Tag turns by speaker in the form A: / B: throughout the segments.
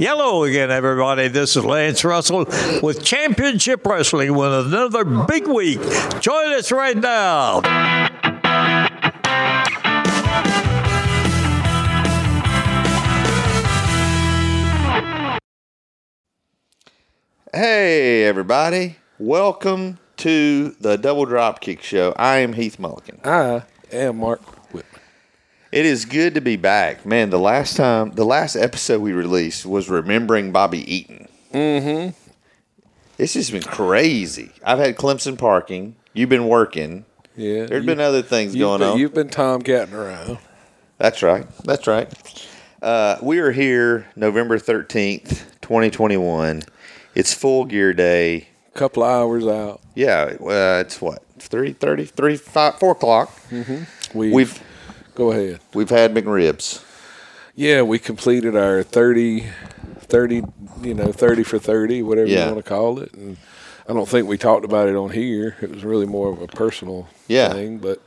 A: Hello again, everybody. This is Lance Russell with Championship Wrestling with another big week. Join us right now.
B: Hey, everybody. Welcome to the Double Dropkick Show. I am Heath Mulligan.
C: I am Mark Whitman.
B: It is good to be back. Man, the last time, the last episode we released was Remembering Bobby Eaton. Mm hmm. It's just been crazy. I've had Clemson parking. You've been working.
C: Yeah.
B: There's been other things
C: you've
B: going
C: been,
B: on.
C: You've been tomcatting around.
B: That's right. That's right. Uh, we are here November 13th, 2021. It's full gear day.
C: A couple of hours out.
B: Yeah, uh, it's what? 3.30, 3, 5, 4 o'clock.
C: We've,
B: We've
C: go ahead.
B: We've had McRibs.
C: Yeah, we completed our 30, 30 you know, 30 for 30, whatever
B: Yeah.
C: you want to call it. And I don't think we talked about it on here. It was really more of a personal
B: Yeah.
C: thing, but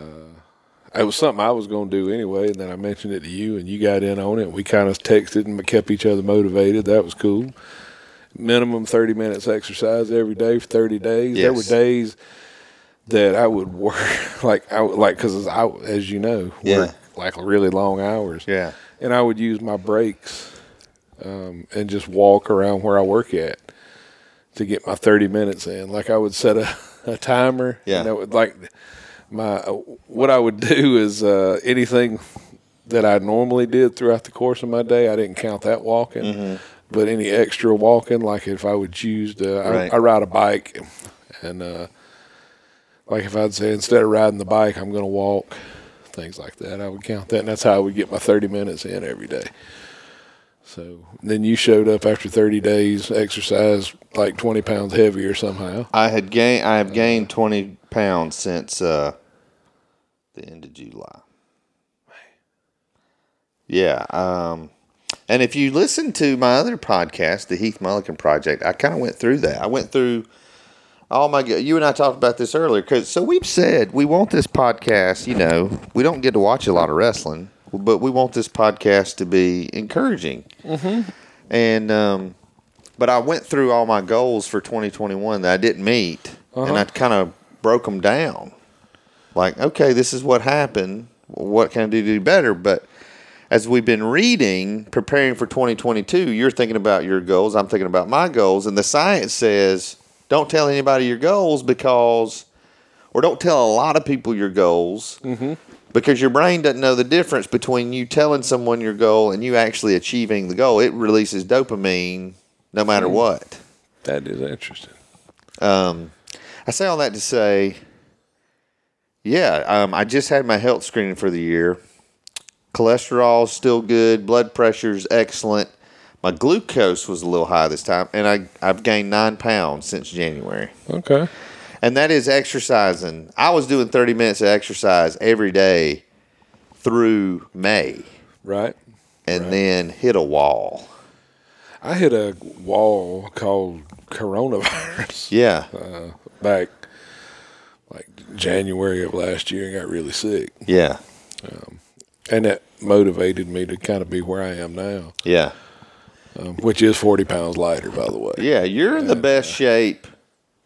C: uh, it was something I was going to do anyway. And then I mentioned it to you, and you got in on it. We kind of texted and kept each other motivated. That was cool. Minimum 30 minutes exercise every day for 30 days. There were
B: Yes.
C: days that I would work like I would- like because I as you know work
B: Yeah.
C: like really long hours
B: Yeah.
C: and I would use my breaks um, and just walk around where I work at to get my thirty minutes in like I would set a, a timer
B: Yeah.
C: and that would like my uh, what I would do is uh, anything that I normally did throughout the course of my day I didn't count that walking. But any extra walking, like if I would choose to, I,
B: Right.
C: I ride a bike, and uh, like if I'd say instead of riding the bike, I'm going to walk, things like that. I would count that, and that's how I would get my 30 minutes in every day. So then you showed up after 30 days, exercise like 20 pounds heavier somehow.
B: I had gained. I have gained twenty pounds since uh, the end of July. Yeah. Um, and if you listen to my other podcast, the Heath Mulligan Project, I kind of went through that. I went through all my. You and I talked about this earlier because so we've said we want this podcast. You know, we don't get to watch a lot of wrestling, but we want this podcast to be encouraging. Mm-hmm. And um, but I went through all my goals for 2021 that I didn't meet, and I kind of broke them down. Like, okay, this is what happened. What can I do to do better? But as we've been reading, preparing for 2022, you're thinking about your goals. I'm thinking about my goals, and the science says don't tell anybody your goals because, or don't tell a lot of people your goals. Because your brain doesn't know the difference between you telling someone your goal and you actually achieving the goal. It releases dopamine no matter what.
C: That is interesting.
B: Um, I say all that to say, yeah, um, I just had my health screening for the year. Cholesterol's still good, blood pressure's excellent. My glucose was a little high this time, and I, I've gained nine pounds since January.
C: Okay.
B: And that is exercising. I was doing 30 minutes of exercise every day through May
C: Right.
B: and then hit a wall.
C: I hit a wall called coronavirus.
B: Yeah.
C: uh, back like January of last year and got really sick.
B: Yeah.
C: And that motivated me to kind of be where I am now,
B: Yeah.
C: um, which is 40 pounds lighter, by the way.
B: Yeah. You're in the best shape,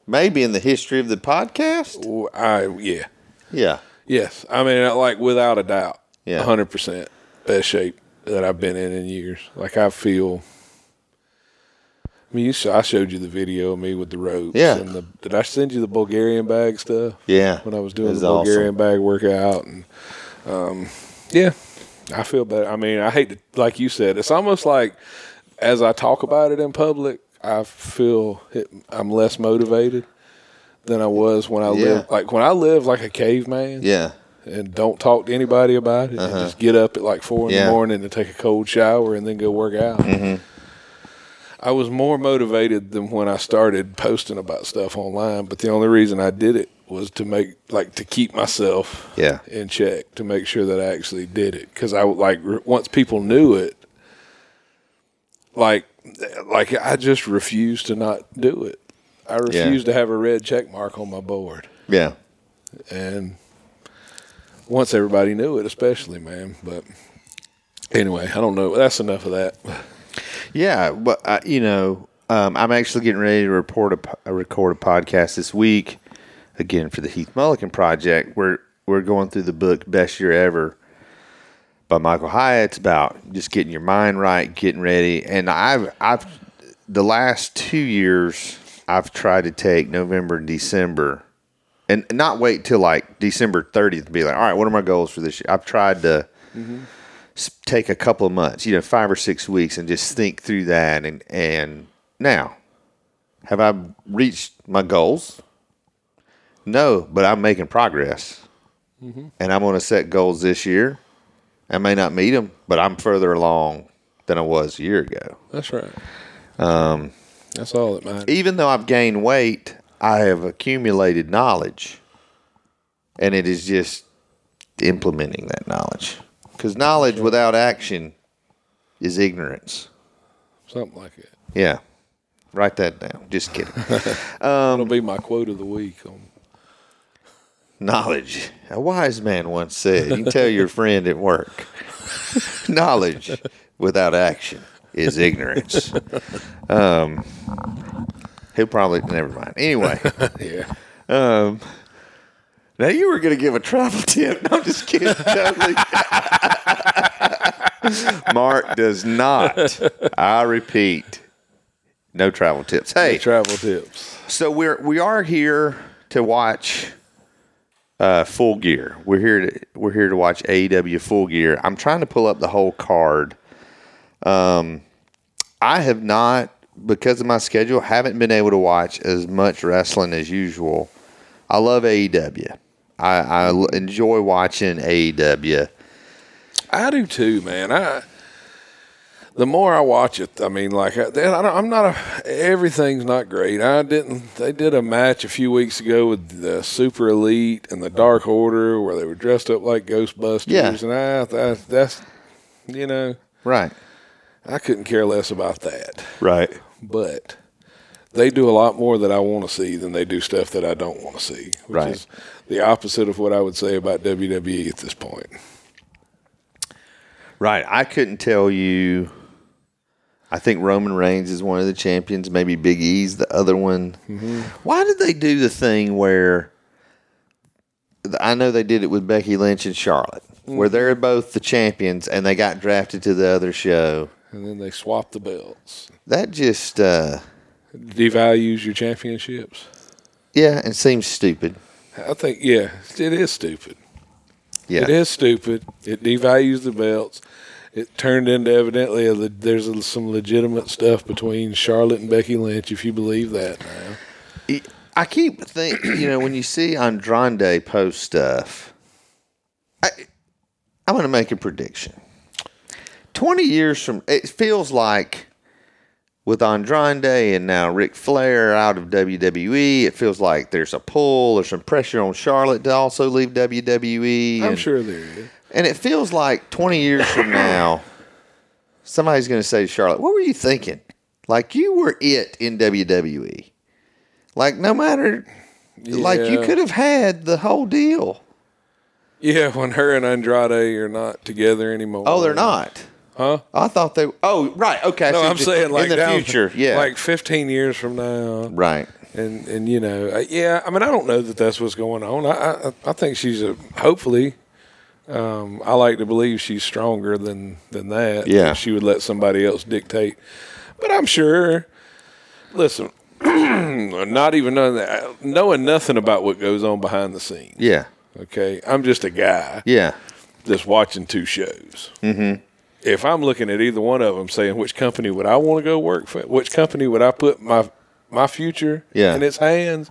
B: maybe in the history of the podcast.
C: Well, I, yeah.
B: Yeah.
C: Yes. I mean, I- like without a doubt,
B: Yeah.
C: 100% best shape that I've been in in years. Like I feel. I mean, you saw, I showed you the video of me with the ropes.
B: Yeah.
C: And the, did I send you the Bulgarian bag stuff?
B: Yeah.
C: when I was doing
B: It's
C: the Bulgarian bag workout, and um, yeah, I feel better. I mean, I hate to, like you said, it's almost like as I talk about it in public, I feel it, I'm less motivated than I was when I
B: Yeah.
C: lived. Like when I lived like a caveman,
B: Yeah.
C: and don't talk to anybody about it, and just get up at like four
B: Uh-huh.
C: in
B: Yeah. Mm-hmm.
C: the morning and take a cold shower and then go work out. I was more motivated than when I started posting about stuff online, but the only reason I did it was to make like to keep myself
B: Yeah.
C: in check to make sure that I actually did it because I would, like re- once people knew it, like like I just refused to not do it. I refused to have a red check mark on my board
B: Yeah.
C: and once everybody knew it, especially man. But anyway, I don't know. That's enough of that.
B: Yeah, but I, you know, um, I'm actually getting ready to report a, po- uh, record a podcast this week again for the Heath Mulligan project. We're we're going through the book Best Year Ever by Michael Hyatt. It's about just getting your mind right, getting ready. And I've I've the last two years I've tried to take November and December and not wait till like December 30th to be like, all right, what are my goals for this year? I've tried to s- take a couple of months, you know, five or six weeks, and just think through that. And and now, have I reached my goals? No, but I'm making progress, and I'm going to set goals this year. I may not meet them, but I'm further along than I was a year ago.
C: That's right. Um, that's all that matters.
B: Even though I've gained weight, I have accumulated knowledge, and it is just implementing that knowledge. Because knowledge without action is ignorance.
C: Something like it.
B: Yeah. Write that down. Just kidding.
C: That'll be my quote of the week. On,
B: Knowledge. A wise man once said, you tell your friend at work, knowledge without action is ignorance. Um, he'll probably, never mind. Anyway,
C: yeah.
B: now you were going to give a travel tip. No, I'm just kidding. Totally. Mark does not. I repeat, no travel tips. Hey,
C: Travel tips.
B: So we're we are here to watch uh, Full Gear. We're here to we're here to watch AEW Full Gear. I'm trying to pull up the whole card. Um, I have not because of my schedule haven't been able to watch as much wrestling as usual. I love AEW. I, I l- enjoy watching E AEW.
C: I do too, man. I the more I watch it, I mean, like I, I don't, I'm not a everything's not great. I didn't. They did a match a few weeks ago with the Super Elite and the Dark Order where they were dressed up like Ghostbusters,
B: Yeah.
C: and I, that that's you know
B: Right.
C: I couldn't care less about that.
B: Right.
C: But they do a lot more that I want to see than they do stuff that I don't want to see, which
B: Right.
C: is the opposite of what I would say about WWE at this point.
B: Right. I couldn't tell you. I think Roman Reigns is one of the champions. Maybe Big E's the other one. Why did they do the thing where? I know they did it with Becky Lynch and Charlotte, where they're both the champions and they got drafted to the other show.
C: And then they swap the belts.
B: That just, uh,
C: devalues your championships.
B: yeah, it seems stupid.
C: I think, yeah, it is stupid.
B: Yeah,
C: It is stupid. It devalues the belts. It turned into evidently a, le- there's a, some legitimate stuff between Charlotte and Becky Lynch, if you believe that now.
B: I keep think you know when you see Andrade post stuff, I I'm going to make a prediction. Twenty years from it feels like with Andrade and now Ric Flair out of WWE, it feels like there's a pull or some pressure on Charlotte to also leave WWE.
C: I'm
B: and,
C: sure there is.
B: and it feels like 20 years from now, somebody's going to say to Charlotte, What were you thinking? Like, you were it in WWE. Like, no matter, like, you
C: Yeah.
B: could have had the whole deal.
C: Yeah, when her and Andrade are not together anymore.
B: Oh, they're not.
C: Huh?
B: I thought they. Oh, right. Okay. I
C: No,
B: see
C: I'm
B: what you-
C: saying like
B: in the
C: down-
B: future. Yeah.
C: like 15 years from now.
B: right.
C: and and you know, uh, yeah. I mean, I don't know that that's what's going on. I I, I think she's a hopefully. Um, I like to believe she's stronger than than that.
B: Yeah.
C: she would let somebody else dictate. But I'm sure. Listen, not even knowing that, knowing nothing about what goes on behind the scenes.
B: Yeah.
C: Okay, I'm just a guy
B: Yeah.
C: that's watching two shows. Mm-hmm. If I'm looking at either one of them, saying which company would I want to go work for, which company would I put my my future
B: Yeah.
C: in its hands,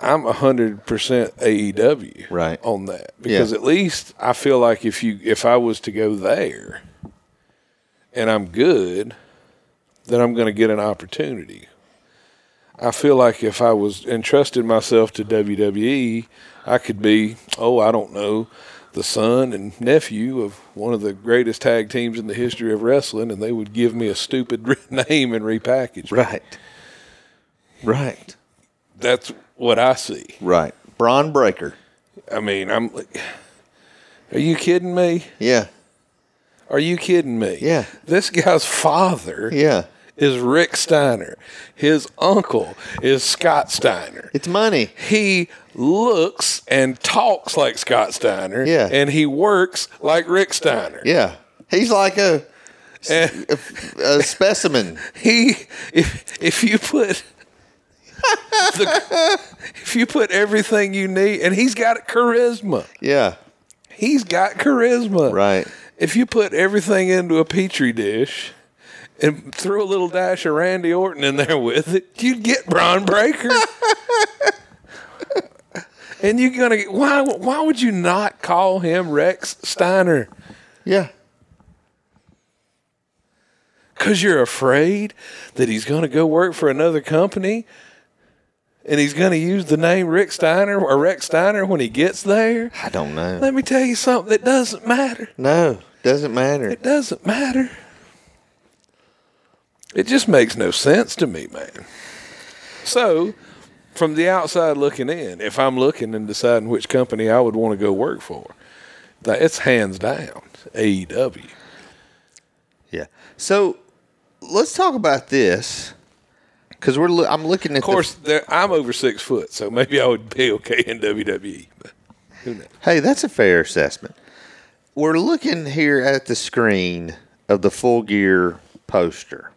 C: I'm hundred percent AEW
B: Right.
C: on that because
B: Yeah.
C: at least I feel like if you if I was to go there and I'm good, then I'm going to get an opportunity. I feel like if I was entrusted myself to WWE, I could be, oh, I don't know, the son and nephew of one of the greatest tag teams in the history of wrestling, and they would give me a stupid name and repackage. me.
B: Right. Right.
C: That's what I see.
B: Right. Braun Breaker.
C: I mean, I'm like, are you kidding me?
B: Yeah.
C: Are you kidding me?
B: Yeah.
C: This guy's father
B: Yeah.
C: is Rick Steiner. His uncle is Scott Steiner.
B: It's money.
C: He looks and talks like Scott Steiner.
B: Yeah.
C: And he works like Rick Steiner.
B: Yeah. He's like a,
C: And-
B: a, a specimen.
C: he if if you put the, if you put everything you need and he's got charisma
B: Yeah.
C: he's got charisma
B: Right.
C: if you put everything into a petri dish and threw a little dash of Randy Orton in there with it, you'd get Braun Breaker. and you're gonna get- why why would you not call him Rex Steiner?
B: Yeah.
C: Because you're afraid that he's going to go work for another company and he's going to use the name Rick Steiner or Rex Steiner when he gets there.
B: I don't know.
C: Let me tell you something that doesn't matter.
B: No, doesn't matter.
C: It doesn't matter. It just makes no sense to me, man. So, from the outside looking in, if I'm looking and deciding which company I would want to go work for, that it's hands down E AEW.
B: Yeah. So let's talk about this because we're loo- I'm looking at
C: Of course, there, I'm over six foot, so maybe I would be okay in WWE. But who knows?
B: hey, that's a fair assessment. We're looking here at the screen of the full gear poster.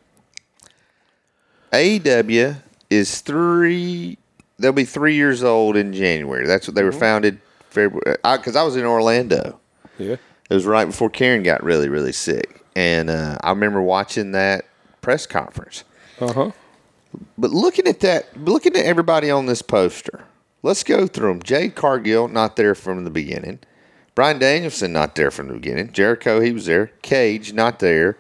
B: AEW is three. They'll be three years old in January. That's what they were founded. February because I was in Orlando.
C: Yeah.
B: It was right before Karen got really really sick, and uh, I remember watching that press conference.
C: Uh huh.
B: But looking at that, looking at everybody on this poster, let's go through them. Jade Cargill, not there from the beginning. Brian Danielson, not there from the beginning. Jericho, he was there. Cage, not there.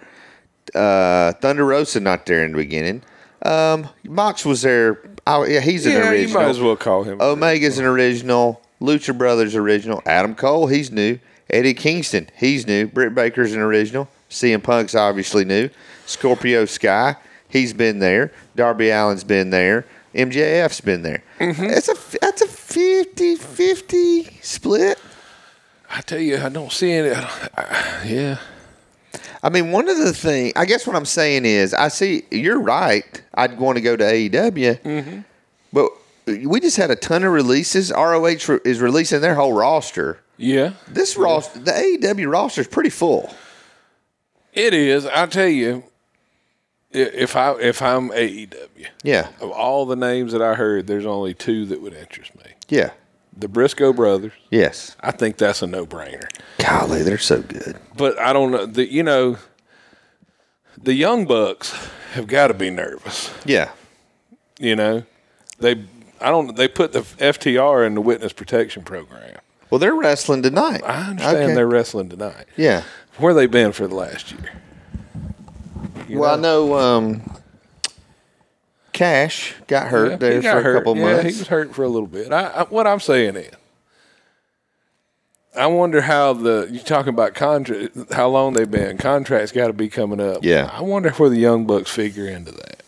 B: Uh, Thunder Rosa, not there in the beginning. Um, Mox was there. Oh, yeah, he's an
C: Yeah,
B: original. Oh,
C: you might as well call him.
B: Omega's an original. Lucha Brothers original. Adam Cole, he's new. Eddie Kingston, he's new. Britt Baker's an original. CM Punk's obviously new. Scorpio Sky, he's been there. Darby Allen's been there. MJF's been there. That's a that's a 50-50 split.
C: I tell you, I don't see any. I don't, I, yeah.
B: I mean, one of the things I guess what I'm saying is I see you're right. I'd want to go to AEW, but we just had a ton of releases. ROH re- is releasing their whole roster.
C: Yeah.
B: This roster, the AEW roster is pretty full.
C: It is. I tell you, i- if I if I'm AEW,
B: Yeah,
C: of all the names that I heard, there's only two that would interest me:
B: yeah,
C: the Briscoe brothers.
B: yes.
C: I think that's a no-brainer.
B: Golly, they're so good.
C: But I don't know. The, you know, the young bucks have got to be nervous.
B: Yeah,
C: you know they i don't they put the ftr in the witness protection program
B: well, they're wrestling tonight.
C: i understand
B: Okay.
C: they're wrestling tonight
B: Yeah.
C: where they been for the last year
B: well, I know um, Cash got hurt
C: Yeah,
B: there
C: he got
B: for a
C: hurt.
B: couple
C: Yeah,
B: months.
C: he was hurt for a little bit I, I, what i'm saying is i wonder how the you talking about contract how long they've been contracts got to be coming up
B: Yeah.
C: i wonder where the young bucks figure into that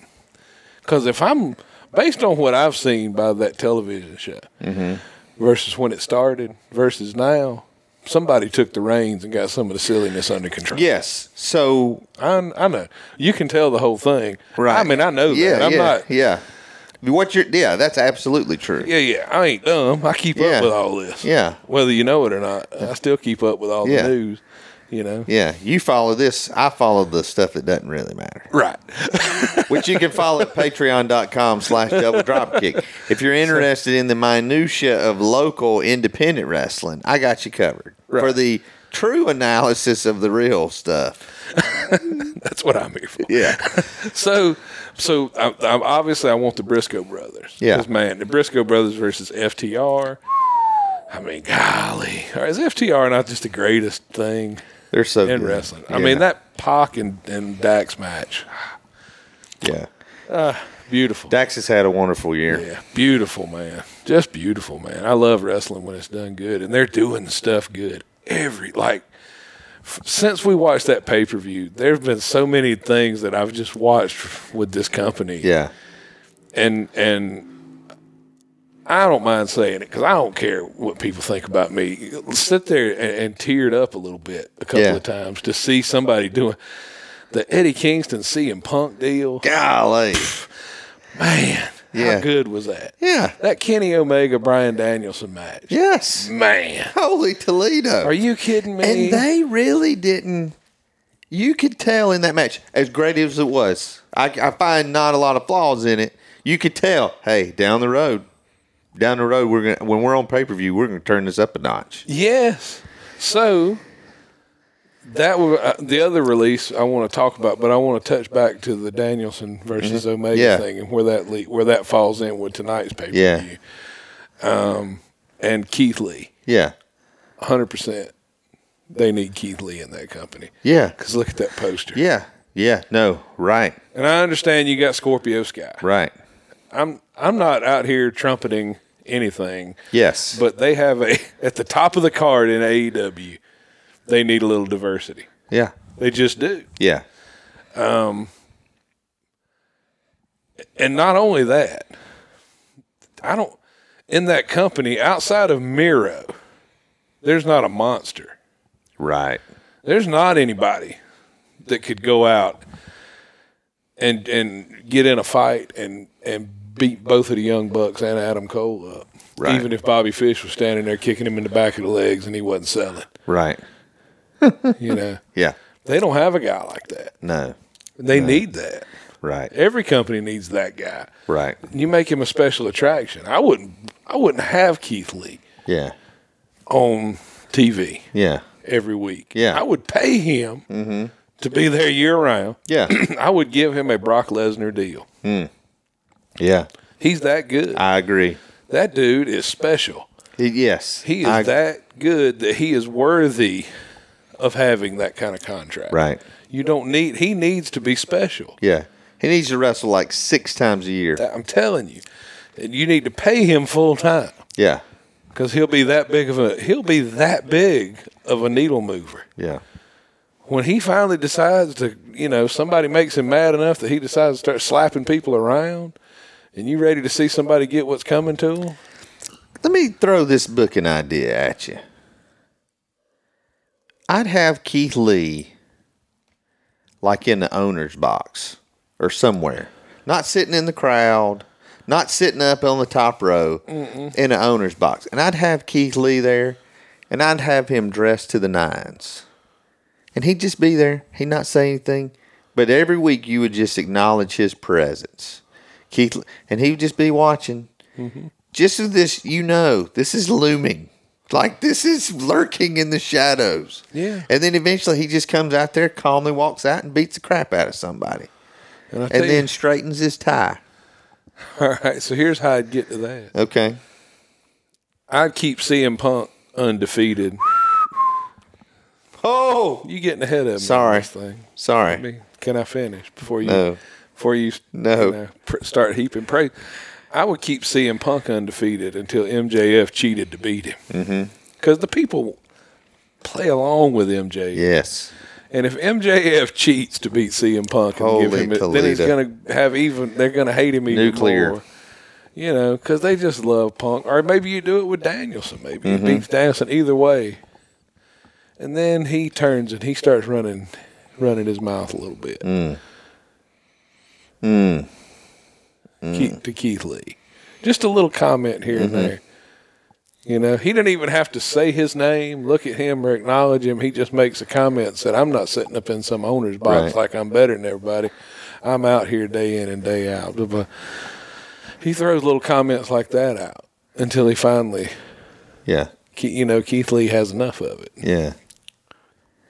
C: because if i'm based on what i've seen by that television show
B: Mm-hmm.
C: versus when it started versus now somebody took the reins and got some of the silliness under control
B: yes. So
C: I, I know you can tell the whole thing
B: right.
C: i mean i know
B: Yeah,
C: that i'm
B: yeah,
C: not
B: Yeah. What you're? Yeah, that's absolutely true.
C: Yeah, yeah. I ain't dumb. I keep
B: Yeah.
C: up with all this.
B: Yeah.
C: Whether you know it or not, I still keep up with all
B: Yeah.
C: the news, you know.
B: Yeah, you follow this. I follow the stuff that doesn't really matter.
C: Right.
B: which you can follow at patreon.com slash double dropkick. If you're interested in the minutia of local independent wrestling, I got you covered. For
C: Right.
B: the true analysis of the real stuff.
C: That's what I'm here for.
B: Yeah.
C: So, so I, I, obviously, I want the Briscoe brothers.
B: Yeah.
C: 'Cause, man, the Briscoe brothers versus FTR. I mean, golly, Or is FTR not just the greatest thing
B: They're so
C: in
B: good.
C: wrestling? I
B: Yeah.
C: mean, that Pac and, and Dax match,
B: Yeah.
C: beautiful.
B: Dax has had a wonderful year.
C: Yeah, beautiful, man. Just beautiful, man. I love wrestling when it's done good, and they're doing stuff good. Every like f- since we watched that pay per view, there have been so many things that I've just watched with this company,
B: Yeah.
C: and and I don't mind saying it because I don't care what people think about me. Sit there and, and teared up a little bit a couple
B: Yeah.
C: of times to see somebody doing the Eddie Kingston CM Punk deal.
B: Golly.
C: Man,
B: Yeah.
C: how good was that?
B: Yeah.
C: That Kenny Omega Brian Danielson match.
B: Yes.
C: Man,
B: Holy Toledo.
C: are you kidding me?
B: and they really didn't. You could tell in that match, as great as it was, I, I find not a lot of flaws in it. You could tell, hey, down the road, down the road, we're gonna when we're on pay per view, we're gonna turn this up a notch.
C: Yes. So that was uh, the other release I want to talk about, but I want to touch back to the Danielson versus Omega
B: Mm-hmm. Yeah.
C: thing and where that le- where that falls in with tonight's pay per view.
B: Yeah.
C: Um, and Keith Lee,
B: Yeah,
C: hundred percent. They need Keith Lee in that company.
B: yeah,
C: Because look at that poster.
B: yeah, yeah. No, right,
C: And I understand you got Scorpio Sky.
B: right.
C: I'm I'm not out here trumpeting anything.
B: Yes,
C: But they have a at the top of the card in AEW, they need a little diversity.
B: yeah,
C: They just do.
B: yeah,
C: And not only that, I don't in that company outside of Miro, there's not a monster.
B: right.
C: There's not anybody that could go out and and get in a fight and and beat both of the young bucks and Adam Cole up.
B: Right.
C: Even if Bobby Fish was standing there kicking him in the back of the legs and he wasn't selling,
B: Right.
C: you know.
B: Yeah.
C: They don't have a guy like that.
B: No.
C: They
B: uh,
C: need that.
B: Right.
C: Every company needs that guy.
B: Right.
C: You make him a special attraction. I wouldn't. I wouldn't have Keith Lee
B: Yeah.
C: on TV
B: Yeah.
C: every week.
B: Yeah. Mm-hmm.
C: I would pay him to be there year round.
B: Yeah.
C: I would give him a Brock Lesnar deal.
B: yeah.
C: He's that good.
B: I agree.
C: that dude is special.
B: Y- Yes.
C: He is
B: I-
C: that good that he is worthy of having that kind of contract.
B: Right.
C: You don't need. He needs to be special.
B: Yeah. He needs to wrestle like six times a year.
C: I'm telling you, and you need to pay him full time.
B: Yeah.
C: because he'll be that big of a he'll be that big of a needle mover
B: Yeah.
C: when he finally decides to you know somebody makes him mad enough that he decides to start slapping people around and you ready to see somebody get what's coming to him
B: Let me throw this booking idea at you. I'd have Keith Lee like in the owner's box or somewhere, not sitting in the crowd, not sitting up on the top row in the owner's box. And I'd have Keith Lee there and I'd have him dressed to the nines. And he'd just be there. He'd not say anything. But every week you would just acknowledge his presence. Keith, and he would just be watching just so this you know this is looming like this is lurking in the shadows
C: Yeah.
B: and then eventually he just comes out there calmly walks out and beats the crap out of somebody
C: and, I
B: and
C: tell
B: then straightens his tie
C: you, all right so here's how i'd get to that
B: okay
C: i'd keep CM punk undefeated
B: oh
C: you getting ahead of me on
B: Sorry.
C: this thing I
B: sorry
C: mean, can i finish before you
B: No.
C: before you
B: No.
C: you know, pr- start heaping praise i would keep CM punk undefeated until mjf cheated to beat him
B: Mm-hmm.
C: because the people play along with MJF.
B: yes
C: And if MJF cheats to beat CM Punk and give
B: Holy
C: him, it, then he's
B: Toledo.
C: going to have even. They're going to hate him even
B: Nuclear.
C: more. You know, because they just love Punk. Or maybe you do it with Danielson. Maybe
B: Mm-hmm.
C: he beats Danielson either way. And then he turns and he starts running, running his mouth a little bit.
B: Mm-hmm.
C: Keith, to Keith Lee, just a little comment here and there. You know, he didn't even have to say his name, look at him, or acknowledge him. He just makes a comment. Said, "I'm not sitting up in some owner's box
B: Right.
C: like I'm better than everybody. I'm out here day in and day out." Blah, blah. He throws little comments like that out until he finally,
B: yeah
C: Ke- you know, Keith Lee has enough of it,
B: yeah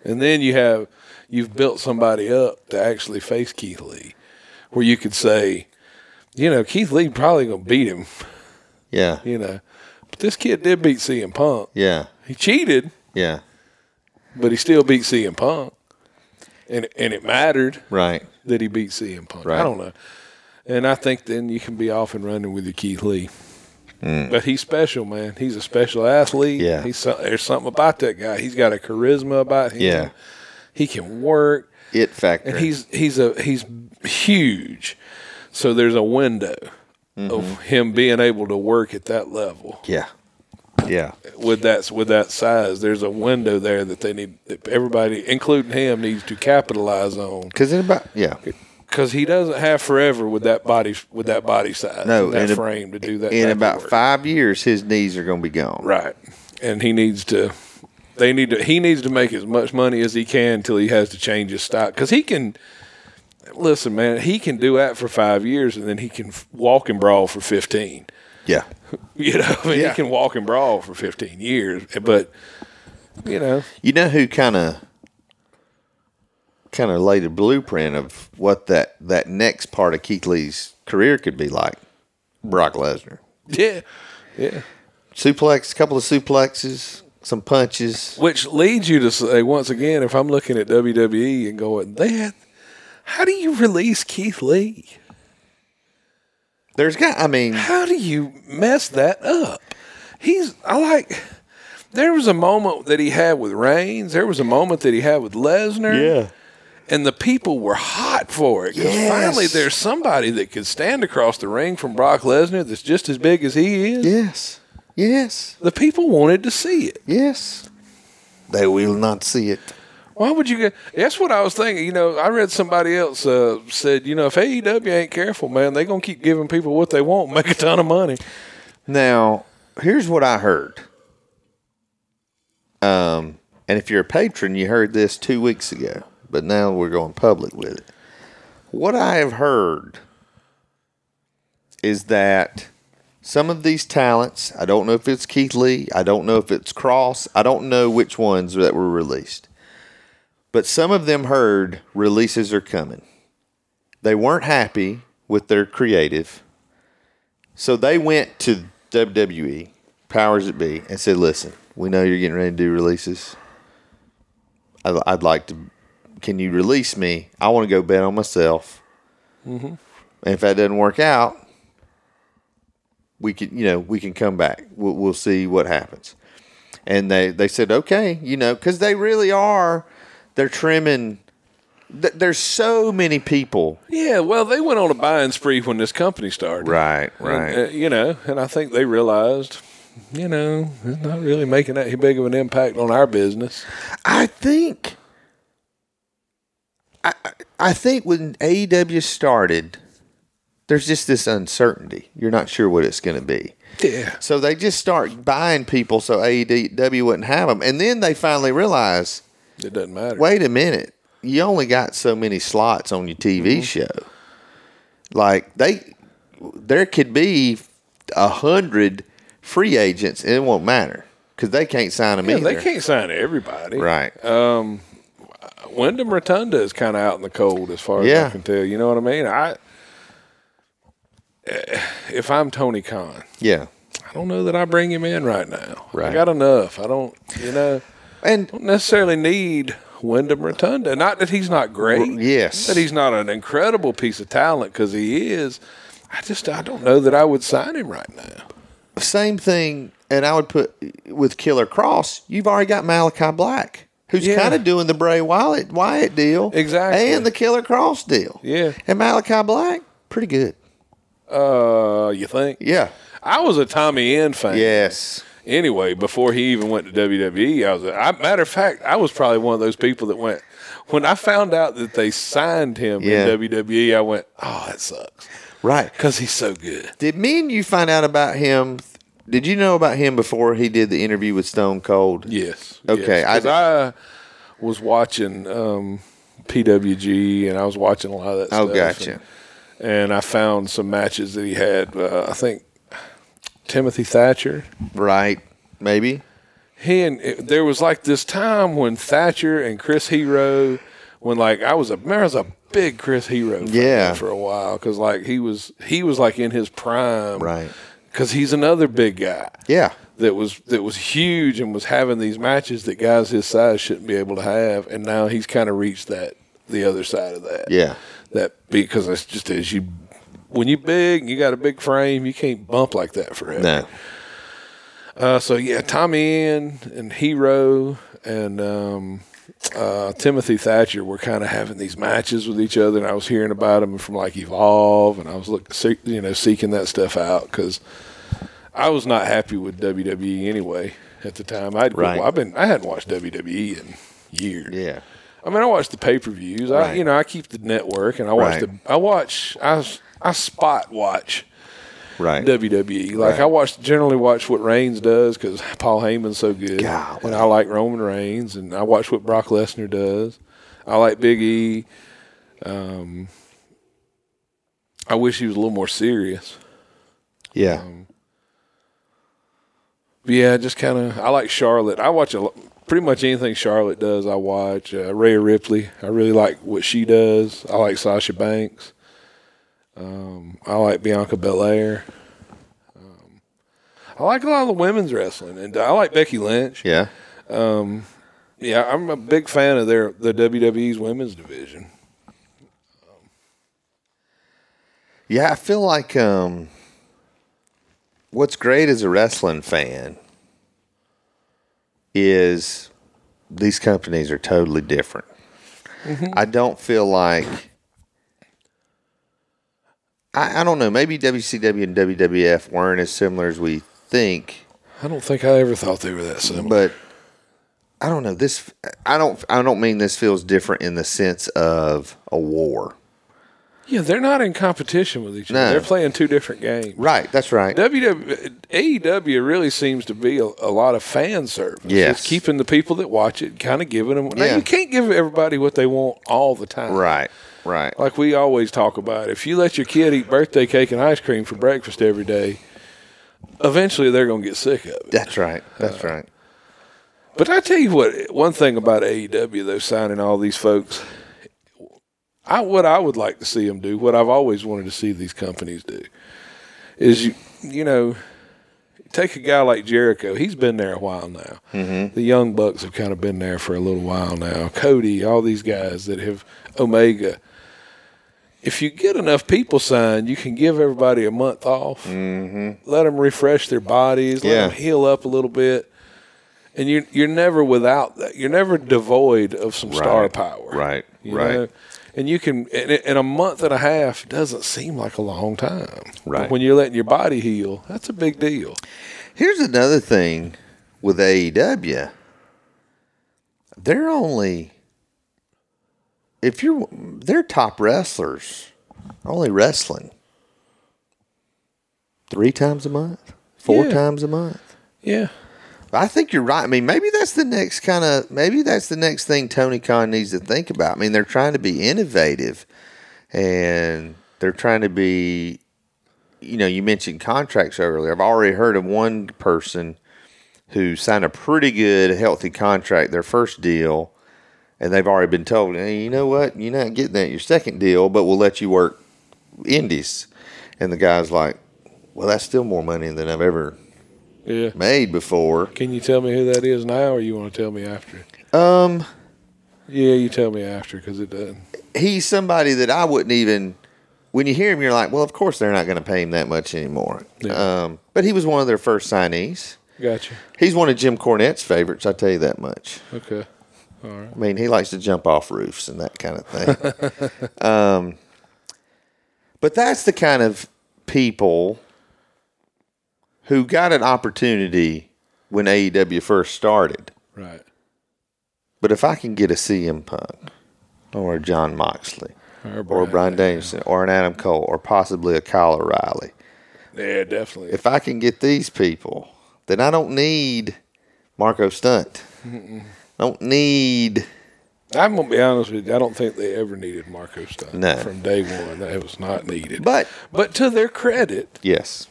C: and then you have you've built somebody up to actually face Keith Lee, where you could say, you know, Keith Lee probably gonna beat him.
B: yeah
C: You know, but this kid did beat CM Punk.
B: yeah
C: He cheated.
B: yeah
C: but he still beat CM Punk, and and it mattered
B: right
C: that he beat CM Punk.
B: Right.
C: I don't know, and I think then you can be off and running with your Keith Lee. But he's special, man. He's a special athlete.
B: Mm. Yeah.
C: he's some, there's something about that guy. He's got a charisma about him.
B: Yeah.
C: he can work,
B: it factor
C: and he's he's a he's huge. So there's a window
B: Mm-hmm.
C: of him being able to work at that level
B: Yeah. Yeah.
C: with that with that size. There's a window there that they need. That everybody, including him, needs to capitalize on
B: Because in about, yeah.
C: because he doesn't have forever with that body with that body size,
B: No,
C: and that
B: in a-
C: frame to do that.
B: In
C: type of
B: about
C: work.
B: five years, his knees are going to be gone.
C: right? And he needs to. They need to. He needs to make as much money as he can until he has to change his stock because he can. Listen, man, he can do that for five years, and then he can f- walk and brawl for fifteen.
B: Yeah.
C: You know, I mean,
B: Yeah.
C: he can walk and brawl for fifteen years, but you know,
B: You know who kind of kind of laid a blueprint of what that that next part of Keith Lee's career could be like? Brock Lesnar.
C: yeah, yeah.
B: Suplex, a couple of suplexes, some punches.
C: Which leads you to say once again, if I'm looking at WWE and going, that how do you release Keith Lee?
B: There's got I mean,
C: How do you mess that up? He's I like there was a moment that he had with Reigns, there was a moment that he had with Lesnar. And the people were hot for it. 'cause
B: Yes.
C: finally there's somebody that can stand across the ring from Brock Lesnar that's just as big as he is.
B: Yes. Yes.
C: The people wanted to see it.
B: Yes. They will not see it.
C: Why would you get? That's what I was thinking. You know, I read somebody else uh, said, you know, if AEW ain't careful, man, they gonna keep giving people what they want, and make a ton of money.
B: Now, here's what I heard. Um, and if you're a patron, you heard this two weeks ago, but now we're going public with it. What I have heard is that some of these talents, I don't know if it's Keith Lee, I don't know if it's Cross, I don't know which ones that were released, but some of them heard releases are coming. They weren't happy with their creative. So they went to WWE, powers that be, and said, "Listen, we know you're getting ready to do releases. I'd, I'd like to. Can you release me? I want to go bet on myself. And if that doesn't work out, we can, you know, we can come back. We'll, we'll see what happens." And they they said, "Okay, you know, because they really are. They're trimming." th- There's so many people.
C: Yeah, well, they went on a buying spree when this company started,
B: Right,
C: And, uh, you know, and I think they realized, you know, it's not really making that big of an impact on our business.
B: I think I I- I think when AEW started, there's just this uncertainty. You're not sure what it's going to be.
C: Yeah,
B: So they just start buying people so AEW wouldn't have them. And then they finally realize,
C: it doesn't matter.
B: wait a minute, you only got so many slots on your
C: Mm-hmm.
B: TV show. Like they there could be a hundred free agents and it won't matter because they can't sign them
C: Yeah,
B: either.
C: they can't sign everybody,
B: Right.
C: Wyndham Rotunda is kind of out in the cold as far as
B: Yeah.
C: I can tell. You know what I mean? I, if I'm Tony Khan,
B: yeah.
C: I don't know that I bring him in right now. I
B: Right.
C: got enough. I don't, you know,
B: And
C: don't necessarily need Wyndham Rotunda. Not that he's not great.
B: yes.
C: That he's not an incredible piece of talent because he is. I just I don't know that I would sign him right now.
B: same thing, and I would put with Killer Cross. You've already got Malachi Black, who's
C: Yeah.
B: kind of doing the Bray Wyatt Wyatt deal,
C: Exactly.
B: and the Killer Cross deal.
C: Yeah.
B: and Malachi Black, pretty good.
C: Uh, you think?
B: Yeah.
C: I was a Tommy End fan.
B: Yes.
C: anyway, before he even went to WWE, I was. I, matter of fact, I was probably one of those people that went when I found out that they signed him
B: Yeah.
C: in WWE. I went, oh, that sucks
B: Right.
C: because he's so good.
B: Did me and you find out about him? Did you know about him before he did the interview with Stone Cold?
C: Yes.
B: Okay,
C: Yes. 'Cause
B: I-
C: I, was watching um, PWG and I was watching a lot of that.
B: Oh,
C: stuff
B: gotcha.
C: And, and I found some matches that he had. Uh, I think Timothy Thatcher.
B: Right. Maybe.
C: he and it- there was like this time when Thatcher and Chris Hero, when like I was a man, I was a big Chris Hero, fan
B: Yeah.
C: for a while because like he was he was like in his prime,
B: Right.
C: Because he's another big guy
B: Yeah.
C: that was that was huge and was having these matches that guys his size shouldn't be able to have, and now he's kind of reached that the other side of that,
B: Yeah.
C: That because it's just as you when you big and you got a big frame, you can't bump like that forever.
B: No.
C: Uh, so yeah, Tommy N and Hero and um, uh, Timothy Thatcher were kind of having these matches with each other, and I was hearing about them from like Evolve, and I was look, see, you know, seeking that stuff out because I was not happy with WWE anyway at the time. I'd
B: Right.
C: I've been I hadn't watched WWE in years.
B: Yeah.
C: I mean, I watch the pay per views. I,
B: Right.
C: you know, I keep the network, and I watch
B: Right.
C: the. I watch. I s- I spot watch
B: Right.
C: WWE. E. Like
B: Right.
C: I watch, generally watch what Reigns does because Paul Heyman's so good,
B: God,
C: and I like Roman Reigns, and I watch what Brock Lesnar does. I like Big E. Um, I wish he was a little more serious.
B: yeah.
C: But yeah, just kind of. I like Charlotte. I watch a lo- pretty much anything Charlotte does. I watch uh, Rhea Ripley. I really like what she does. I like Sasha Banks. Um, I like Bianca Belair. Um, I like a lot of the women's wrestling, and I like Becky Lynch.
B: yeah.
C: Yeah, I'm a big fan of their the WWE's women's division.
B: Yeah, I feel like um, what's great as a wrestling fan is these companies are totally different. I don't feel like I, I don't know. Maybe WCW and WWF weren't as similar as we think,
C: I don't think I ever thought they were that similar.
B: but I don't know. This I don't I don't mean this feels different in the sense of a war.
C: yeah, they're not in competition with each other.
B: No.
C: They're playing two different games.
B: Right. That's right.
C: WW AEW E really seems to be a, a lot of fan service.
B: Yes.
C: It's keeping the people that watch it, kind of giving them. Now,
B: Yeah.
C: you can't give everybody what they want all the time.
B: Right. Right.
C: Like we always talk about, if you let your kid eat birthday cake and ice cream for breakfast every day, eventually they're going to get sick of it.
B: That's right. That's right.
C: But I tell you what, one thing about AEW, though, signing all these folks, I what I would like to see them do, what I've always wanted to see these companies do, is you you know, take a guy like Jericho. He's been there a while now. The Young Bucks have kind of been there for a little while now. Cody, all these guys that have Omega. If you get enough people signed, you can give everybody a month off. Mm-hmm. Let them refresh their bodies. Let
B: Yeah.
C: them heal up a little bit. And you're you're never without that. You're never devoid of some star
B: Right.
C: power.
B: Right.
C: You
B: Right.
C: know? And you can, and, and a month and a half doesn't seem like a long time.
B: Right.
C: But when you're letting your body heal, that's a big deal.
B: Here's another thing with AEW. They're only if you're their top wrestlers only wrestling three times a month, four
C: Yeah.
B: times a month.
C: Yeah.
B: I think you're right. I mean, maybe that's the next kind of maybe that's the next thing Tony Khan needs to think about. I mean, they're trying to be innovative and they're trying to be you know, you mentioned contracts earlier. I've already heard of one person who signed a pretty good healthy contract their first deal and they've already been told, hey, you know what, you're not getting that your second deal, but we'll let you work indies. And the guy's like, Well, that's still more money than I've ever
C: Yeah.
B: made before.
C: Can you tell me who that is now, or you want to tell me after?
B: Um
C: Yeah, you tell me after because it doesn't.
B: he's somebody that I wouldn't even. When you hear him, you're like, well, of course they're not going to pay him that much anymore.
C: Yeah.
B: Um, but he was one of their first signees.
C: Gotcha.
B: He's one of Jim Cornette's favorites. I tell you that much.
C: Okay.
B: I mean, he likes to jump off roofs and that kind of thing. um, but that's the kind of people who got an opportunity when AEW first started.
C: Right.
B: But if I can get a CM Punk or a John Moxley
C: Or
B: or a Brian Danielson or an Adam Cole or possibly a Kyle O'Reilly,
C: Yeah, definitely.
B: if I can get these people, then I don't need Marco Stunt. I don't need.
C: I'm gonna be honest with you. I don't think they ever needed Marco stuff
B: No.
C: from day one. That was not needed.
B: But
C: but to their credit,
B: yes,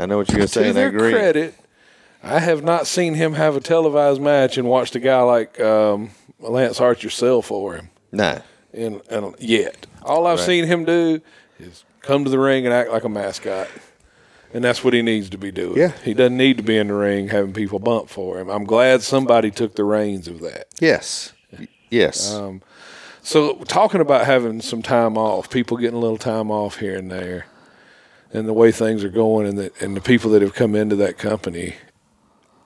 B: I know what you're going to say,
C: to
B: and I
C: their
B: agree.
C: credit, I have not seen him have a televised match and watched a guy like um, Lance Archer sell for him
B: No,
C: in, in, yet. All I've seen him do is come to the ring and act like a mascot. And that's what he needs to be doing.
B: Yeah.
C: He doesn't need to be in the ring having people bump for him. I'm glad somebody took the reins of that.
B: yes, yes,
C: Oh. Um, So talking about having some time off, people getting a little time off here and there, and the way things are going, and the and the people that have come into that company,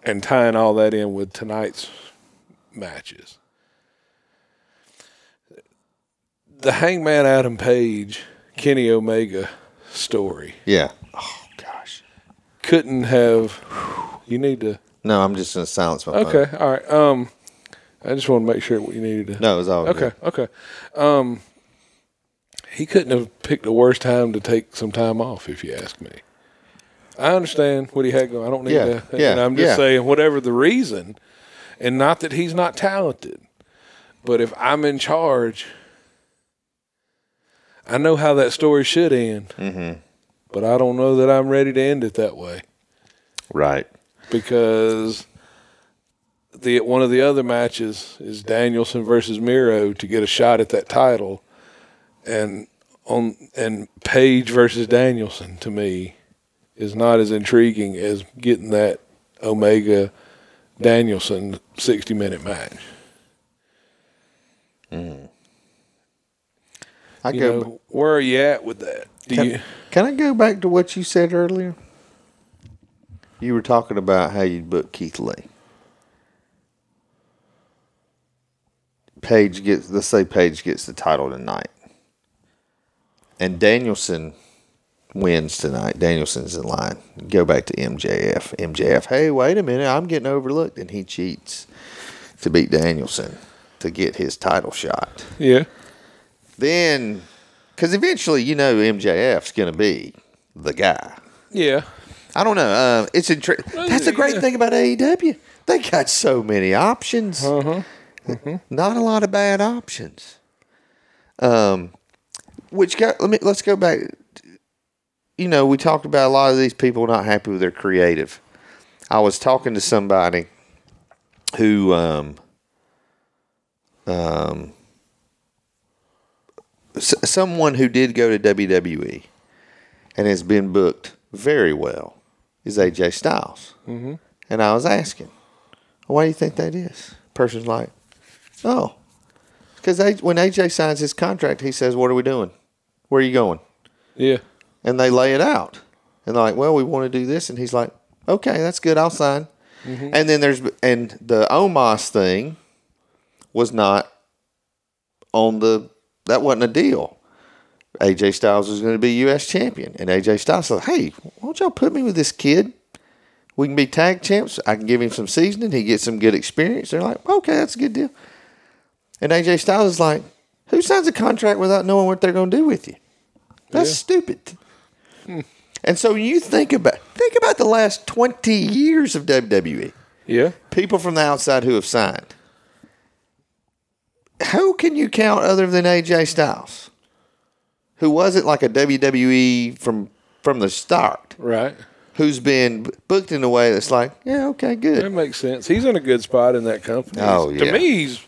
C: and tying all that in with tonight's matches. the Hangman Adam Page Kenny Omega story
B: Yeah. Oh gosh.
C: couldn't have. You need to.
B: No, I'm just gonna silence my phone.
C: Okay, all right. Um, I just want to make sure what you needed to.
B: No, it's all
C: Okay,
B: good.
C: okay. Um, he couldn't have picked a worse time to take some time off, if you ask me. I understand what he had going. I don't need
B: Yeah,
C: to.
B: yeah,
C: and I'm just
B: yeah.
C: saying, whatever the reason, and not that he's not talented, but if I'm in charge, I know how that story should end. Mm-hmm. But I don't know that I'm ready to end it that way
B: Right.
C: because the one of the other matches is Danielson versus Miro to get a shot at that title, and on and Page versus Danielson to me is not as intriguing as getting that Omega Danielson sixty minute match.
B: I
C: You
B: go.
C: know, where are you at with that? Do
B: can,
C: you?
B: can I go back to what you said earlier? You were talking about how you book Keith Lee. Page gets. Let's say Page gets the title tonight, and Danielson wins tonight. Danielson's in line. Go back to MJF. MJF. Hey, wait a minute. I'm getting overlooked, and he cheats to beat Danielson to get his title shot
C: Yeah,
B: then because eventually you know MJF's going to be the guy.
C: yeah.
B: I don't know. Uh, it's intri- That's the great
C: yeah.
B: thing about AEW. They got so many options. Not a lot of bad options. Um, which got let me let's go back. You know, we talked about a lot of these people not happy with their creative. I was talking to somebody who um, um, s- someone who did go to E. WWE and has been booked very well is AJ Styles. Mm-hmm. And I was asking, why do you think that is? Person's like, oh, because when AJ signs his contract, he says, what are we doing? Where are you going?
C: Yeah,
B: And they lay it out. And they're like, well, we want to do this. And he's like, okay, that's good. I'll sign. And then there's, and the Omos thing was not on the, that wasn't a deal. AJ Styles was going to be U.S. champion. And AJ Styles said, Hey, why don't y'all put me with this kid? We can be tag champs. I can give him some seasoning. He gets some good experience. They're like, Okay, that's a good deal. And AJ Styles is like, Who signs a contract without knowing what they're going to do with you? That's stupid. And so you think about think about the last 20 years of WWE
C: yeah.
B: people from the outside who have signed. Who can you count other than AJ Styles, who wasn't like a WWE from from the start,
C: Right.
B: who's been b- booked in a way that's like, yeah, okay,
C: That
B: good,
C: makes sense. He's in a good spot in that company.
B: Oh, yeah.
C: To me, he's.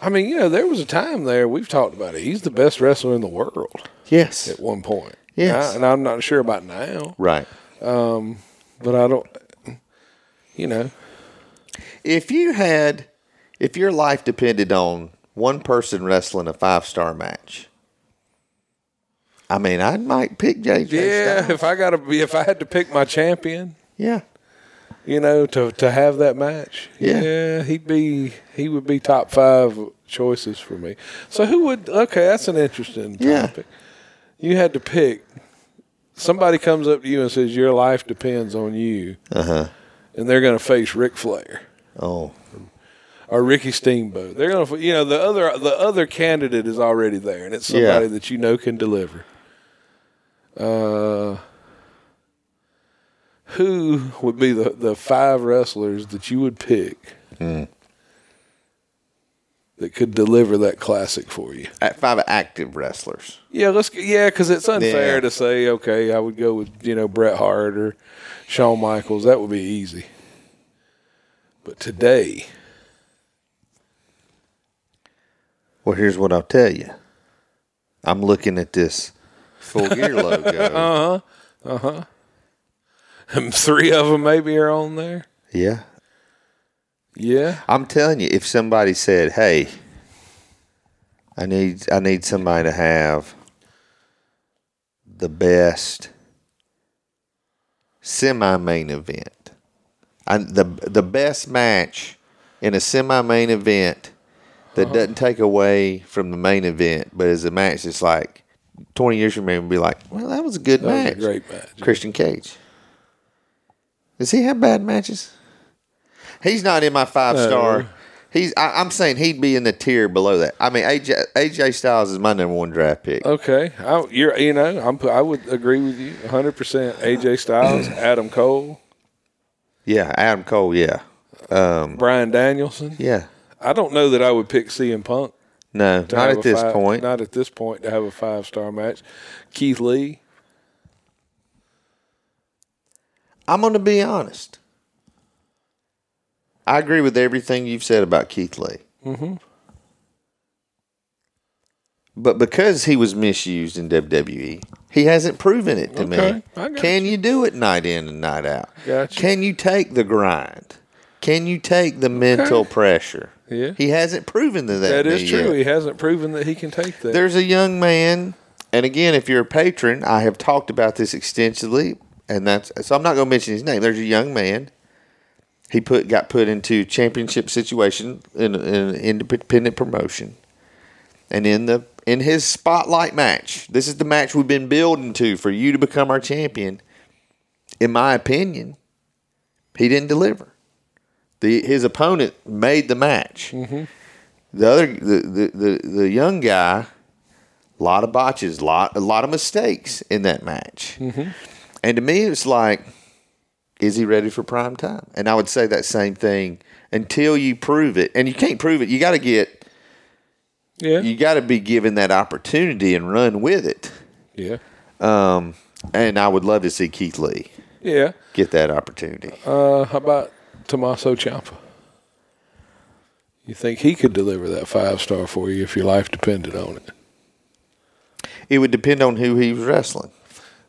C: I mean, you know, there was a time there we've talked about it. He's the best wrestler in the world
B: yes,
C: at one point.
B: Yes.
C: I- and I'm not sure about now,
B: right.
C: but I don't. You know,
B: If you had, if your life depended on one person wrestling a five star match, I mean, I might pick JJ.
C: yeah.
B: Styles.
C: If I gotta be, if I had to pick my champion,
B: yeah,
C: you know, to to have that match,
B: Yeah.
C: he'd be he would be top five choices for me. So who would? Okay, that's an interesting
B: Yeah.
C: topic. You had to pick. Somebody comes up to you and says your life depends on you,
B: Uh-huh.
C: and they're going to face Ric Flair
B: oh,
C: or Ricky Steamboat. They're going to, you know, the other the other candidate is already there, and it's somebody
B: Yeah.
C: that you know can deliver. Uh, who would be the the five wrestlers that you would pick
B: Hmm.
C: that could deliver that classic for you?
B: at five active wrestlers.
C: Yeah, let's. g- Yeah, because it's unfair
B: Yeah.
C: to say okay, I would go with you know Bret Hart or Shawn Michaels. That would be easy. But today,
B: Well, here's what I'll tell you. I'm looking at this full gear logo.
C: three of them maybe are on there.
B: Yeah.
C: Yeah,
B: I'm telling you, if somebody said, "Hey, I need I need somebody to have the best semi main event, I, the the best match in a semi main event that
C: Uh-huh.
B: doesn't take away from the main event, but as a match, it's like twenty years from now, we'll be like, well, that was a good
C: That was a
B: match.
C: great match.
B: Christian Cage. Does he have bad matches? He's not in my five star. He's. I, I'm saying he'd be in the tier below that. I mean, AJ AJ Styles is my number one draft pick.
C: Okay, I, you're you know I'm pu- I would agree with you 100. percent AJ Styles, Adam Cole,
B: Yeah, Adam Cole. Yeah,
C: Brian Danielson.
B: yeah.
C: I don't know that I would pick CM Punk.
B: No,
C: to
B: not
C: have
B: at
C: a
B: this
C: five-
B: point.
C: Not at this point to have a five star match. Keith Lee.
B: I'm going to be honest. I agree with everything you've said about Keith Lee. Mm-hmm. But because he was misused in WWE, he hasn't proven it to
C: Okay,
B: me.
C: I got
B: Can you. do it night in and night out?
C: Got you.
B: Can you take the grind? Can you take the mental pressure?
C: Yeah.
B: He hasn't proven that.
C: That
B: to
C: is
B: me
C: true.
B: yet.
C: He hasn't proven that he can take that.
B: There's a young man, and again, if you're a patron, I have talked about this extensively, and that's so I'm not going to mention his name. There's a young man. He put got put into championship situation in, in an independent promotion, and in the in his spotlight match, this is the match we've been building to for you to become our champion. In my opinion, he didn't deliver. The his opponent made the match. The other the, the, the, the young guy lot of botches, lot a lot of mistakes in that match. And to me, it's like, is he ready for prime time? And I would say that same thing until you prove it. And you can't prove it. You got to get,
C: yeah.
B: you got to be given that opportunity and run with it.
C: yeah.
B: Um, and I would love to see Keith Lee
C: Yeah.
B: get that opportunity.
C: Uh, how about Tommaso Ciampa? You think he could deliver that five star for you if your life depended on it?
B: It would depend on who he was wrestling.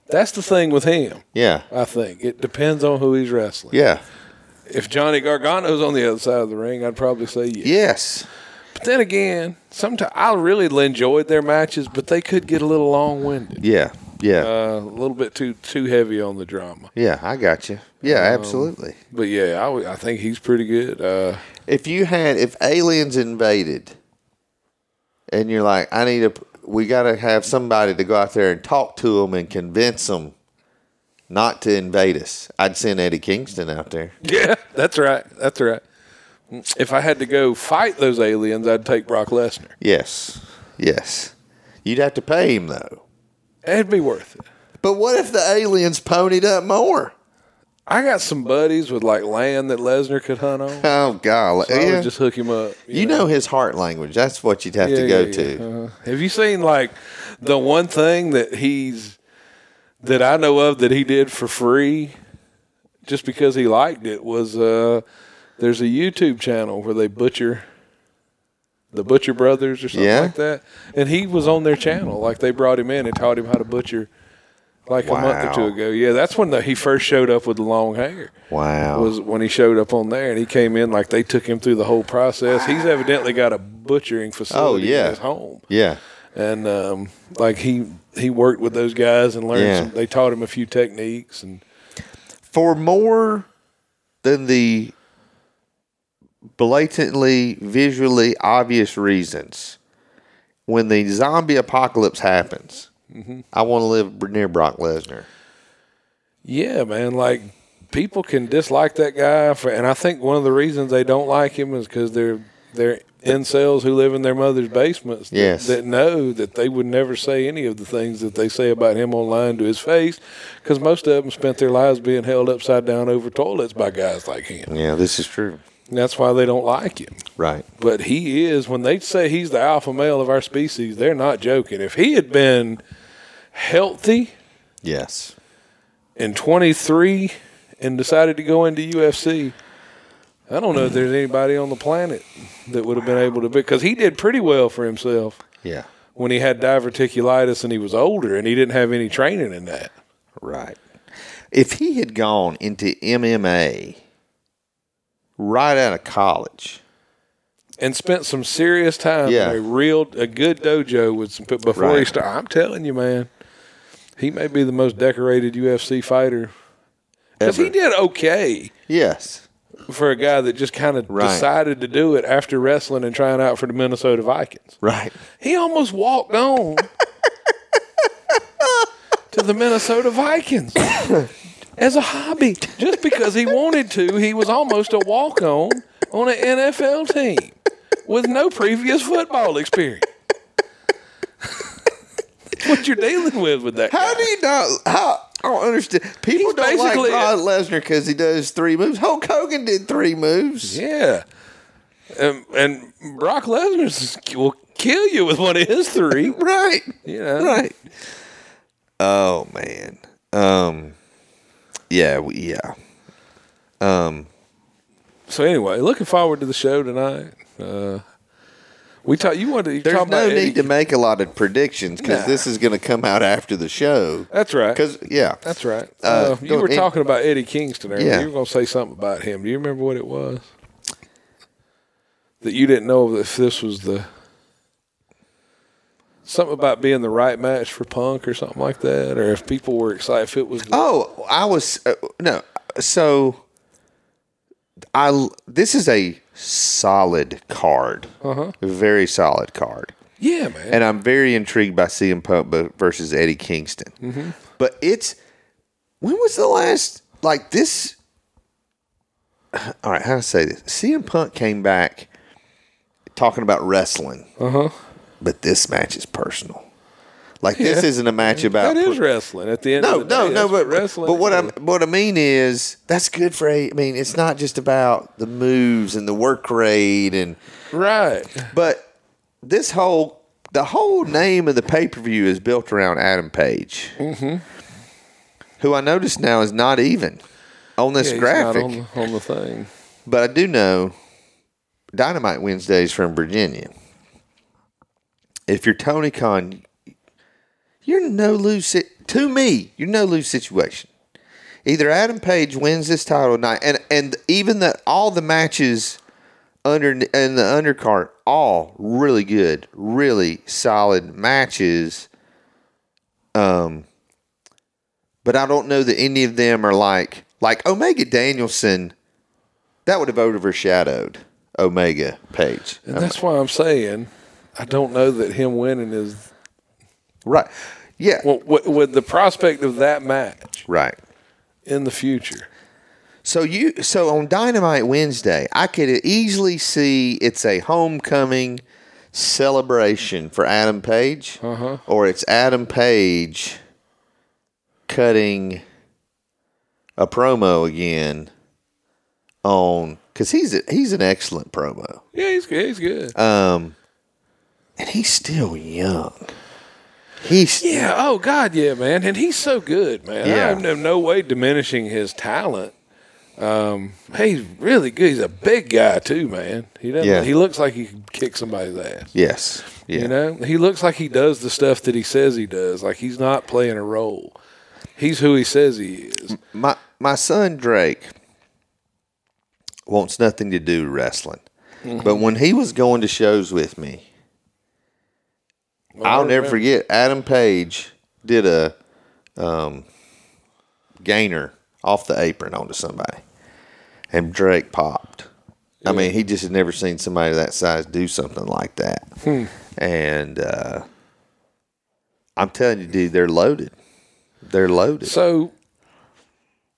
C: That's the thing with him.
B: Yeah.
C: I think it depends on who he's wrestling.
B: Yeah.
C: If Johnny Gargano's on the other side of the ring, I'd probably say yes.
B: Yes.
C: But then again, sometimes I really enjoyed their matches, but they could get a little long winded,
B: Yeah. Yeah.
C: uh, a little bit too too heavy on the drama.
B: yeah. I got you. Yeah. absolutely.
C: But yeah, I, would- I think he's pretty good. Uh,
B: if you had if aliens invaded and you're like i need a we got to have somebody to go out there and talk to them and convince them not to invade us i'd send eddie kingston out there
C: yeah, that's right. That's right. If I had to go fight those aliens, I'd take Brock Lesnar.
B: yes yes you'd have to pay him though
C: It'd be worth it.
B: but what if the aliens ponied up more
C: I got some buddies with like land that Lesnar could hunt on. So
B: oh golly
C: I
B: yeah.
C: would just hook him up.
B: you know his heart language that's what you'd have to go to
C: Uh, have you seen like the one thing that he's that I know of that he did for free, just because he liked it was uh, there's a YouTube channel where they butcher the Butcher Brothers or something
B: Yeah.
C: like that, and he was on their channel. Like they brought him in and taught him how to butcher. Like a month or two
B: Wow.
C: ago, yeah. That's when the, he first showed up with the long hair
B: wow
C: was when he showed up on there and he came in like they took him through the whole process. He's evidently got a butchering facility
B: Oh, yeah.
C: in his home.
B: yeah
C: And um, like he he worked with those guys and learned
B: Yeah.
C: some, they taught him a few techniques and
B: for more than the blatantly visually obvious reasons when the zombie apocalypse happens i want to live near brock lesnar
C: yeah, man, like people can dislike that guy for, and I think one of the reasons they don't like him is cuz they're they're incels who live in their mother's basements that,
B: Yes.
C: that know that they would never say any of the things that they say about him online to his face because most of them spent their lives being held upside down over toilets by guys like him.
B: yeah this is true
C: And That's why they don't like him.
B: right
C: But he is, when they say he's the alpha male of our species, they're not joking. If he had been healthy
B: yes
C: and 23 and decided to go into UFC, I don't know if there's anybody on the planet that would have been able to, because he did pretty well for himself
B: yeah
C: when he had diverticulitis and he was older and he didn't have any training in that.
B: right if he had gone into mma right out of college
C: and spent some serious time
B: Yeah.
C: in a real a good dojo with some but before he
B: Right.
C: started. I'm telling you, man, he may be the most decorated UFC fighter because he
B: Ever.
C: did okay
B: yes
C: for a guy that just kind of
B: Right.
C: decided to do it after wrestling and trying out for the Minnesota Vikings.
B: Right.
C: He almost walked on to the Minnesota Vikings as a hobby. Just because he wanted to, he was almost a walk on on an NFL team with no previous football experience. what you're dealing with with that?
B: How do you not? How I don't understand. People
C: He's
B: don't like
C: basically-
B: Rod Lesnar because he does three moves. Hulk Hogan did three moves.
C: Yeah. And, and Brock Lesnar will kill you with one of his three.
B: Right.
C: You know?
B: Right. Oh man. Um. Yeah. we- Yeah.
C: So anyway, looking forward to the show tonight. Uh, we talk. You wanted to
B: There's
C: talk
B: no
C: about
B: need
C: Eddie.
B: to make a lot of predictions because
C: Nah.
B: this is going to come out after the show.
C: That's right.
B: Because yeah,
C: That's right. Uh,
B: Uh,
C: you
B: go-
C: were
B: and-
C: talking about Eddie Kingston. Earlier.
B: Yeah.
C: You were going to say something about him. Do you remember what it was? That you didn't know if this was the something about being the right match for Punk or something like that, or if people were excited if it was. The,
B: Oh, I was uh, no. So I this is a solid card.
C: Uh-huh.
B: Very solid card.
C: yeah, man.
B: And I'm very intrigued by CM Punk bu- versus Eddie Kingston.
C: Mm-hmm.
B: But it's when was the last like this All right, how to say this? CM Punk came back talking about wrestling.
C: Uh-huh.
B: But this match is personal. Like this
C: Yeah.
B: isn't a match about
C: that is wrestling. At the end,
B: uh, no,
C: of the
B: no,
C: day,
B: no.
C: that's what
B: But
C: wrestling.
B: But what
C: is.
B: I what I mean is that's good for. A, I mean, it's not just about the moves and the work rate and.
C: right?
B: But this whole the whole name of the pay per view is built around Adam Page, mm-hmm. who I notice now is not even on this
C: Yeah, he's not
B: graphic.
C: on the- on the thing.
B: But I do know Dynamite Wednesdays from Virginia. If you're Tony Khan, you're in no lose si- to me. You're in no lose situation. Either Adam Page wins this title tonight, and and even the all the matches under and the undercard, all really good, really solid matches. Um, but I don't know that any of them are like like Omega Danielson that would have overshadowed Omega Page.
C: And that's why I'm saying I don't know that him winning is
B: Right. Yeah.
C: well, with, with the prospect of that match
B: right.
C: in the future.
B: So you so on Dynamite Wednesday, I could easily see it's a homecoming celebration for Adam Page,
C: Uh-huh.
B: or it's Adam Page cutting a promo again on because he's a, he's an excellent promo,
C: Yeah, he's good. He's good.
B: Uh, and he's still young. He's
C: yeah. Oh God. Yeah, man. And he's so good, man.
B: Yeah.
C: I'm in no way diminishing his talent. Um, he's really good. He's a big guy too, man. He doesn't.
B: Yeah.
C: He looks like he could kick somebody's ass.
B: yes, yeah.
C: You know, he looks like he does the stuff that he says he does. Like he's not playing a role. He's who he says he is.
B: my my son Drake wants nothing to do with wrestling. But when he was going to shows with me, I'll never forget Adam Page did a um, gainer off the apron onto somebody, and Drake popped. I mean, he just had never seen somebody that size do something like that. And uh, I'm telling you, dude, they're loaded. They're loaded.
C: So,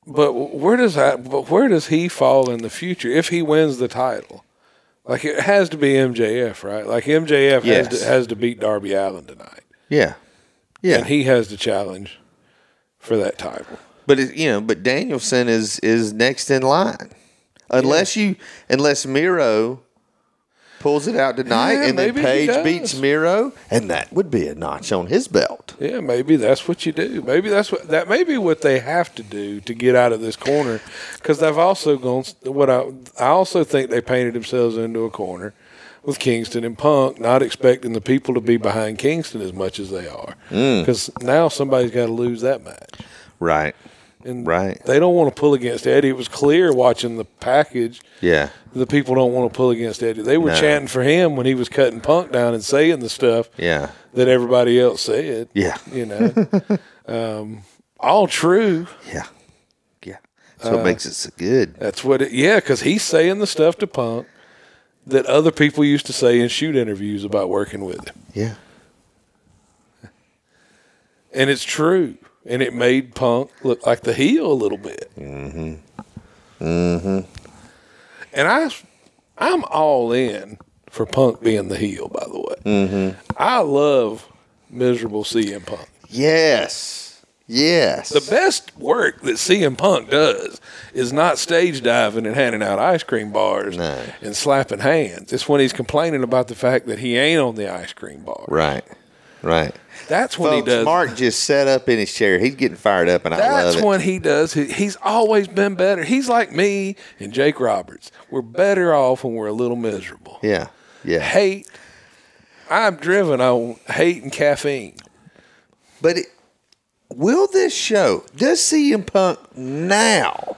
C: but where does that? But where does he fall in the future if he wins the title? Like it has to be MJF, right? Like MJF has,
B: Yes.
C: to, has to beat Darby Allen tonight,
B: yeah, yeah.
C: and he has to challenge for that title.
B: But it, you know, but Danielson is is next in line, unless you unless Miro pulls it out tonight,
C: Yeah,
B: and then
C: maybe he
B: Paige
C: does.
B: beats Miro, and that would be a notch on his belt.
C: Yeah, maybe that's what you do. Maybe that's what that may be what they have to do to get out of this corner, because they've also gone. What I I also think they painted themselves into a corner with Kingston and Punk, not expecting the people to be behind Kingston as much as they are, because now somebody's got to lose that match.
B: Right.
C: And
B: Right.
C: they don't want to pull against Eddie. It was clear watching the package
B: Yeah.
C: the people don't want to pull against Eddie. They were
B: No.
C: chanting for him when he was cutting Punk down and saying the stuff
B: Yeah.
C: that everybody else said.
B: Yeah.
C: You know, um, all true.
B: Yeah. Yeah. So
C: Uh,
B: it makes it so good.
C: That's what it, yeah, because he's saying the stuff to Punk that other people used to say in shoot interviews about working with him.
B: Yeah.
C: And it's true. And it made Punk look like the heel a little bit. Mm hmm. Mm hmm.
B: Mm-hmm.
C: And I, I'm all in for Punk being the heel, by the way. Mm-hmm. I love miserable CM Punk.
B: Yes. Yes.
C: The best work that CM Punk does is not stage diving and handing out ice cream bars
B: No.
C: and slapping hands. It's when he's complaining about the fact that he ain't on the ice cream bar.
B: right. Right.
C: That's when
B: Folks,
C: he does.
B: Mark just sat up in his chair. He's getting fired up, and I love
C: That's
B: it.
C: when he does. He, he's always been better. He's like me and Jake Roberts. We're better off when we're a little miserable.
B: yeah. Yeah.
C: Hate. I'm driven on hate and caffeine.
B: But it, will this show, does CM Punk now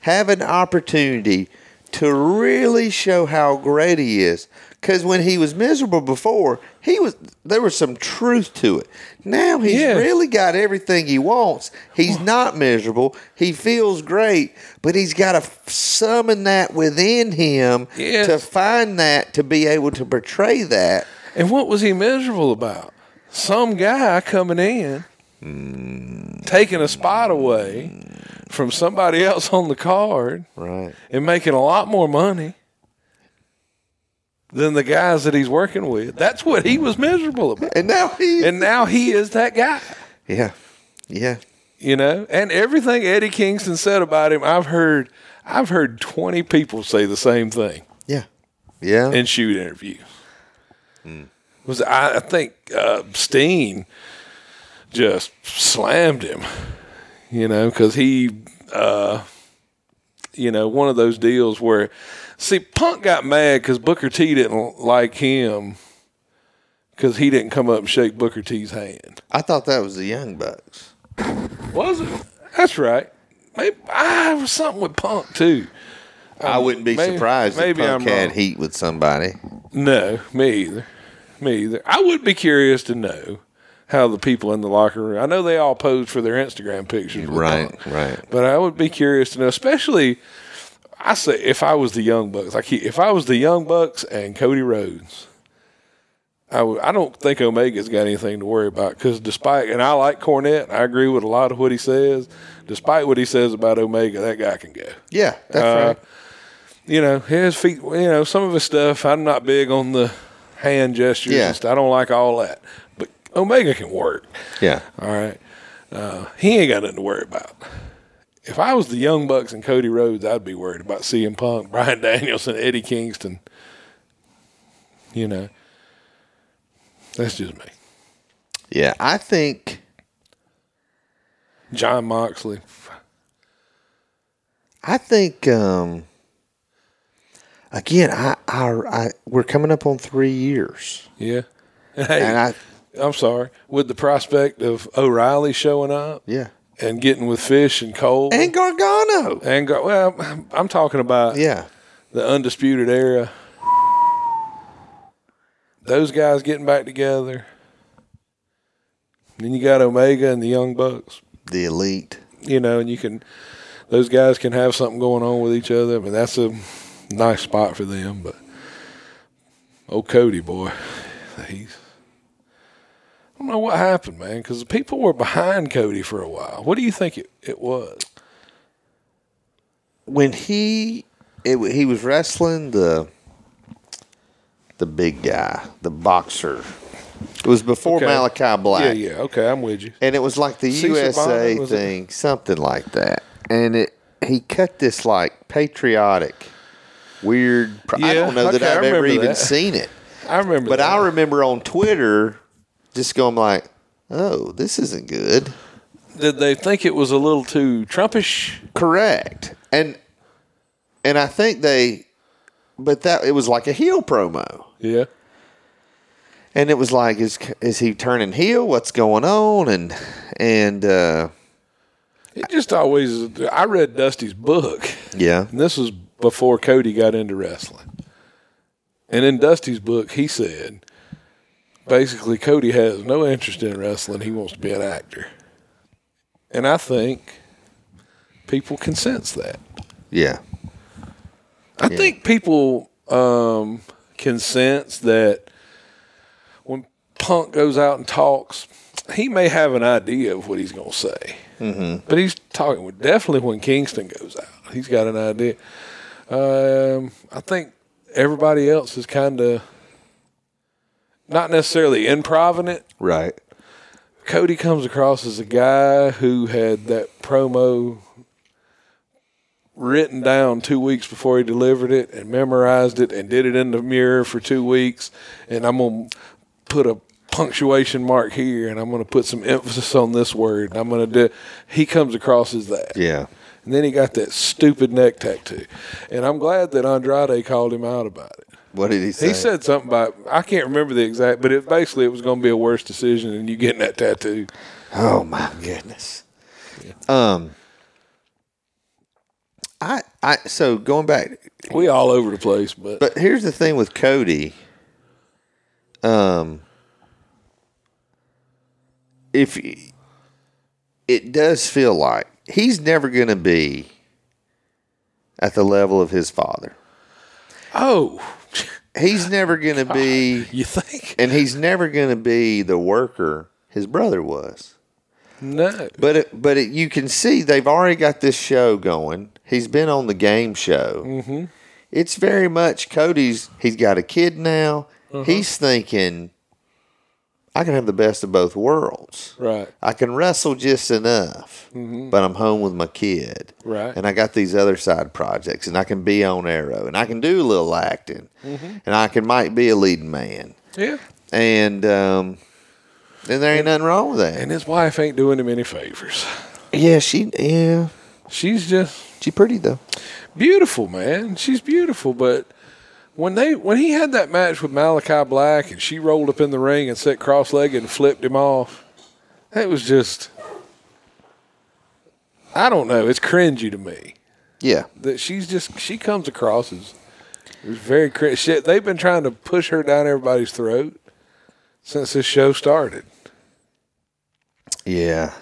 B: have an opportunity to really show how great he is? Because when he was miserable before, he was there was some truth to it. Now he's
C: Yeah.
B: really got everything he wants. He's not miserable. He feels great, but he's got to summon that within him
C: Yes.
B: to find that to be able to portray that.
C: And what was he miserable about? Some guy coming in, taking a spot away from somebody else on the card
B: Right.
C: and making a lot more money than the guys that he's working with. That's what he was miserable about.
B: And now he
C: And now he is that guy.
B: Yeah. Yeah.
C: you know and everything eddie kingston said about him i've heard i've heard 20 people say the same thing
B: Yeah. Yeah.
C: in shoot interviews was i, I think uh, steen just slammed him you know because he uh, you know one of those deals where see punk got mad because booker t didn't like him because he didn't come up and shake booker t's hand
B: I thought that was the Young Bucks.
C: Was it? That's right. Maybe I was something with Punk too.
B: I wouldn't be
C: maybe-
B: surprised
C: Um, maybe
B: if Punk
C: I'm
B: had
C: wrong.
B: heat with somebody.
C: No, me either. Me either. I would be curious to know how the people in the locker room. I know they all posed for their Instagram pictures, with
B: Right,
C: Punk,
B: right.
C: But I would be curious to know, especially. I say if I was the Young Bucks, like if I was the Young Bucks and Cody Rhodes, I would. I don't think Omega's got anything to worry about because despite and I like Cornette, I agree with a lot of what he says. Despite what he says about Omega, that guy can go.
B: Yeah, that's
C: Uh,
B: right.
C: you know, his feet, you know, some of his stuff, I'm not big on the hand gestures.
B: Yeah.
C: And stuff. I don't like all that. But Omega can work.
B: Yeah,
C: All right. Uh, he ain't got nothing to worry about. If I was the Young Bucks and Cody Rhodes, I'd be worried about CM Punk, Brian Danielson, Eddie Kingston. You know, that's just me.
B: yeah. I think
C: John Moxley.
B: I think um, again. I, I, I we're coming up on three years,
C: Yeah. Hey,
B: and I
C: I'm sorry. With the prospect of O'Reilly showing up
B: yeah,
C: and getting with Fish and Cole.
B: and Gargano.
C: And go, well, I'm talking about
B: Yeah,
C: the undisputed era. Those guys getting back together. Then you got Omega and the Young Bucks,
B: the elite.
C: you know, and you can, those guys can have something going on with each other. I mean, that's a nice spot for them. But old Cody boy, he's. I don't know what happened, man, because the people were behind Cody for a while. What do you think it, it was?
B: when he it, wa- he was wrestling the the big guy, the boxer. It was before
C: Okay.
B: Malachi Black,
C: Yeah, yeah. Okay, I'm with you.
B: and it was like the
C: Cesar
B: USA
C: Bonnet, was it?
B: thing, something like that. And it he cut this like patriotic, weird. Pro- I
C: Yeah,
B: don't know that
C: okay, I
B: I've ever
C: remember
B: even
C: that.
B: seen it,
C: I remember
B: but
C: that.
B: I remember on Twitter just going like, "Oh, this isn't good."
C: Did they think it was a little too Trumpish?
B: Correct. And and I think they but that it was like a heel promo.
C: Yeah.
B: And it was like is is he turning heel? What's going on? And and uh
C: It just always. I read Dusty's book,
B: yeah.
C: and this was before Cody got into wrestling. And in Dusty's book, he said basically Cody has no interest in wrestling. He wants to be an actor. And I think people can sense that.
B: Yeah.
C: I think people um, can sense that when Punk goes out and talks, he may have an idea of what he's going to say. Mm-hmm. But he's talking with definitely when Kingston goes out, he's got an idea. Um, I think everybody else is kind of not necessarily improv it.
B: Right.
C: Cody comes across as a guy who had that promo written down two weeks before he delivered it and memorized it and did it in the mirror for two weeks. And I'm going to put a punctuation mark here and I'm going to put some emphasis on this word. And I'm going to do. He comes across as that.
B: Yeah.
C: And then he got that stupid neck tattoo. And I'm glad that Andrade called him out about it.
B: What did he say?
C: He said something about I can't remember the exact, but it basically it was going to be a worse decision than you getting that tattoo.
B: Oh my goodness. Um I I so going back
C: We all over the place, but,
B: but here's the thing with Cody. Um if y- it does feel like he's never going to be at the level of his father.
C: oh,
B: He's never going to be
C: you think?
B: and he's never going to be the worker his brother was.
C: No,
B: But it, but it, you can see they've already got this show going. He's been on the game show. Mm-hmm. It's very much Cody's. He's got a kid now. He's thinking, I can have the best of both worlds.
C: right?
B: I can wrestle just enough, but I'm home with my kid.
C: Right.
B: And I got these other side projects, and I can be on Arrow, and I can do a little acting, and I can might be a leading man.
C: Yeah,
B: And um, and there ain't nothing wrong with that.
C: and his wife ain't doing him any favors.
B: yeah, she yeah.
C: She's just
B: She pretty though.
C: beautiful, man. She's beautiful, but when they when he had that match with Malachi Black and she rolled up in the ring and sat cross legged and flipped him off, that was just I don't know, it's cringy to me.
B: Yeah.
C: That she's just she comes across as as very cringy. Shit, they've been trying to push her down everybody's throat since this show started.
B: Yeah.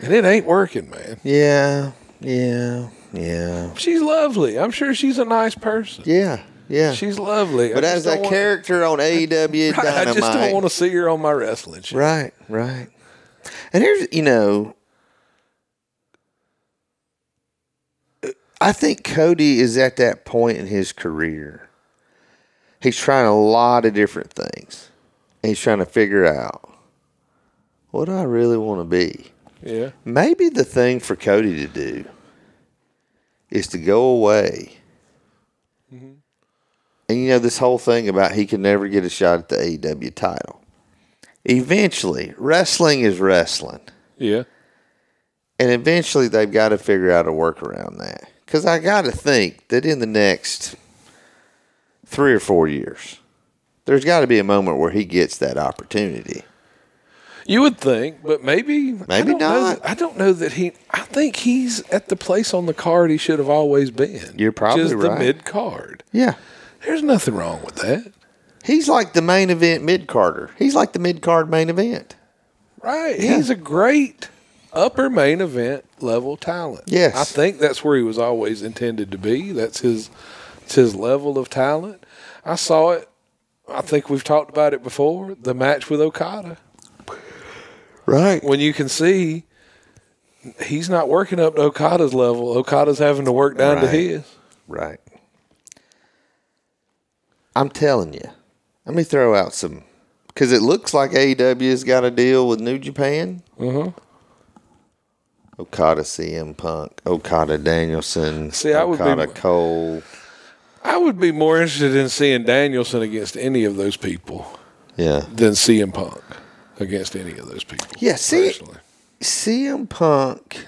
C: And it ain't working, man.
B: Yeah. Yeah. Yeah.
C: She's lovely. I'm sure she's a nice person.
B: Yeah. Yeah.
C: She's lovely. I
B: but
C: just
B: as
C: don't
B: a
C: wanna-
B: character on AEW Dynamite,
C: Right, I just don't want to see her on my wrestling show.
B: Right, right. And here's, you know, I think Cody is at that point in his career. He's trying a lot of different things. And he's trying to figure out what do I really want to be.
C: Yeah.
B: Maybe the thing for Cody to do is to go away. And you know, this whole thing about he can never get a shot at the AEW title. Eventually, wrestling is wrestling.
C: Yeah.
B: And eventually, they've got to figure out a workaround that. Because I got to think that in the next three or four years, there's got to be a moment where he gets that opportunity.
C: You would think, but maybe I
B: Maybe
C: don't know
B: not.
C: that- I don't know that he. I think he's at the place on the card he should have always been.
B: You're probably
C: just the
B: right.
C: mid card.
B: Yeah.
C: There's nothing wrong with that,
B: He's like the main event mid Carter. He's like the mid card main event.
C: right? He's a great upper main event level talent.
B: Yes.
C: I think that's where he was always intended to be. That's his. It's his level of talent. I saw it. I think we've talked about it before. The match with Okada.
B: Right.
C: when you can see he's not working up to Okada's level. Okada's having to work down to
B: Right.
C: his.
B: Right. I'm telling you. Let me throw out some because it looks like AEW's got a deal with New Japan.
C: Uh-huh.
B: Okada, CM Punk, Okada Danielson,
C: See, I would be-
B: Okada Cole.
C: I would be more interested in seeing Danielson against any of those people
B: Yeah,
C: than CM Punk against any of those people.
B: Yeah, see-
C: personally.
B: CM Punk.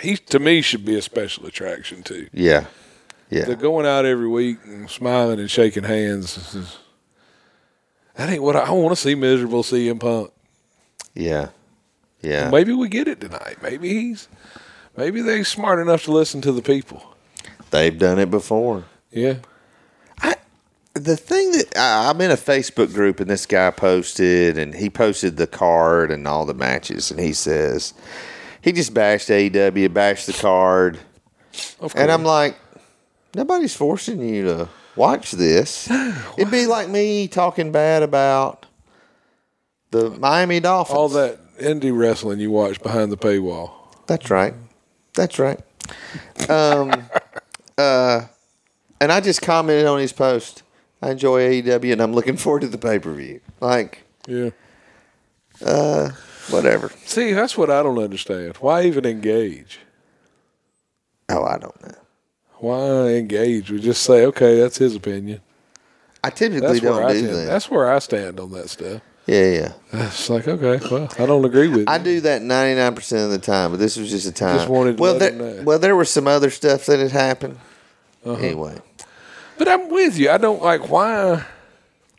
C: he to me should be a special attraction too.
B: Yeah, yeah,
C: The going out every week and smiling and shaking hands. is- is- That ain't what I, I want to see. Miserable CM Punk.
B: yeah, yeah.
C: Maybe we get it tonight. Maybe he's, maybe they're smart enough to listen to the people.
B: They've done it before.
C: Yeah.
B: the thing that I, I'm in a Facebook group and this guy posted and he posted the card and all the matches and he says, he just bashed AEW, bashed the card,
C: Of course.
B: and I'm like, nobody's forcing you to watch this. It'd be like me talking bad about the Miami Dolphins.
C: all that indie wrestling you watch behind the paywall.
B: That's right. That's right. Um, uh, and I just commented on his post. I enjoy AEW, and I'm looking forward to the pay per view. Like
C: Yeah.
B: whatever.
C: See, that's what I don't understand. Why even engage?
B: Oh, I don't know.
C: Why engage? We just say, okay, that's his opinion.
B: I typically
C: That's where
B: don't
C: I
B: do
C: stand.
B: that.
C: That's where I stand on that stuff.
B: yeah, yeah.
C: It's like, okay, well, I don't agree with.
B: I
C: you.
B: do that 99% of the time, but this was just a time.
C: wanted to
B: well,
C: let
B: there,
C: him know. Uh-huh.
B: well, there was some other stuff that had happened. Anyway,
C: but I'm with you. I don't like why.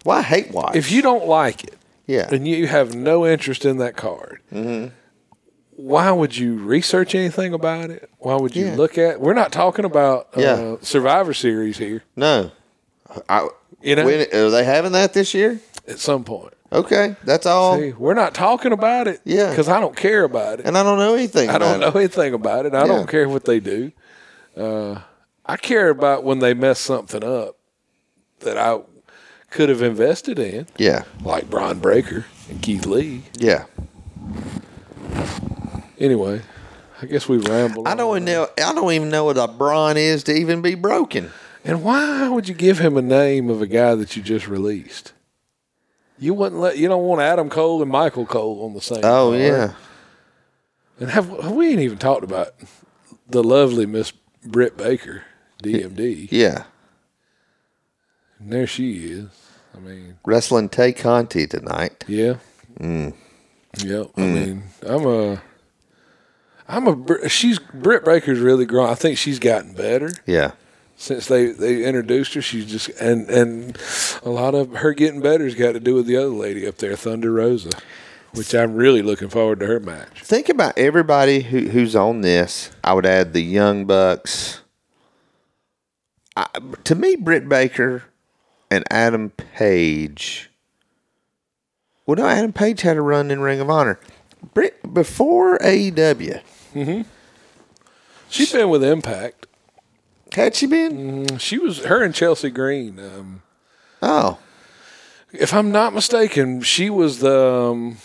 B: well, I hate watch.
C: If you don't like it,
B: yeah,
C: and you have no interest in that card,
B: Mm-hmm.
C: why would you research anything about it? Why would you
B: Yeah.
C: look at? We're not talking about uh,
B: Yeah.
C: Survivor Series here
B: no, I,
C: You know-
B: when, are they having that this year?
C: at some point.
B: Okay, that's all.
C: See, we're not talking about it,
B: Oh. Yeah.
C: because I don't care about it.
B: and I don't know anything.
C: I
B: about
C: don't
B: it.
C: know anything about it. I
B: Yeah.
C: don't care what they do. Uh, I care about when they mess something up that I could have invested in,
B: Yeah,
C: like Brian Breaker and Keith Lee.
B: yeah.
C: Anyway, I guess we ramble.
B: I
C: on.
B: don't even know. I don't even know what a brawn is to even be broken.
C: And why would you give him a name of a guy that you just released? You wouldn't let you don't want Adam Cole and Michael Cole on the same.
B: Oh
C: card.
B: yeah,
C: and have we ain't even talked about the lovely Miss Britt Baker, DMD.
B: yeah.
C: And there she is. I mean,
B: Wrestling Tay Conti tonight.
C: yeah,
B: Mm.
C: yep. I mean, I'm a, I'm a. Br- She's Britt Baker's really grown. I think she's gotten better.
B: Yeah,
C: since they they introduced her she's just and and a lot of her getting better's got to do with the other lady up there thunder rosa which i'm really looking forward to her match
B: think about everybody who, who's on this. I would add the Young Bucks. I, to me, Britt Baker and Adam Page. Well, no, Adam Page had a run in Ring of Honor. Britt before E AEW
C: she's been with impact
B: had she been?
C: she was her and chelsea green um
B: Oh,
C: if i'm not mistaken she was the um,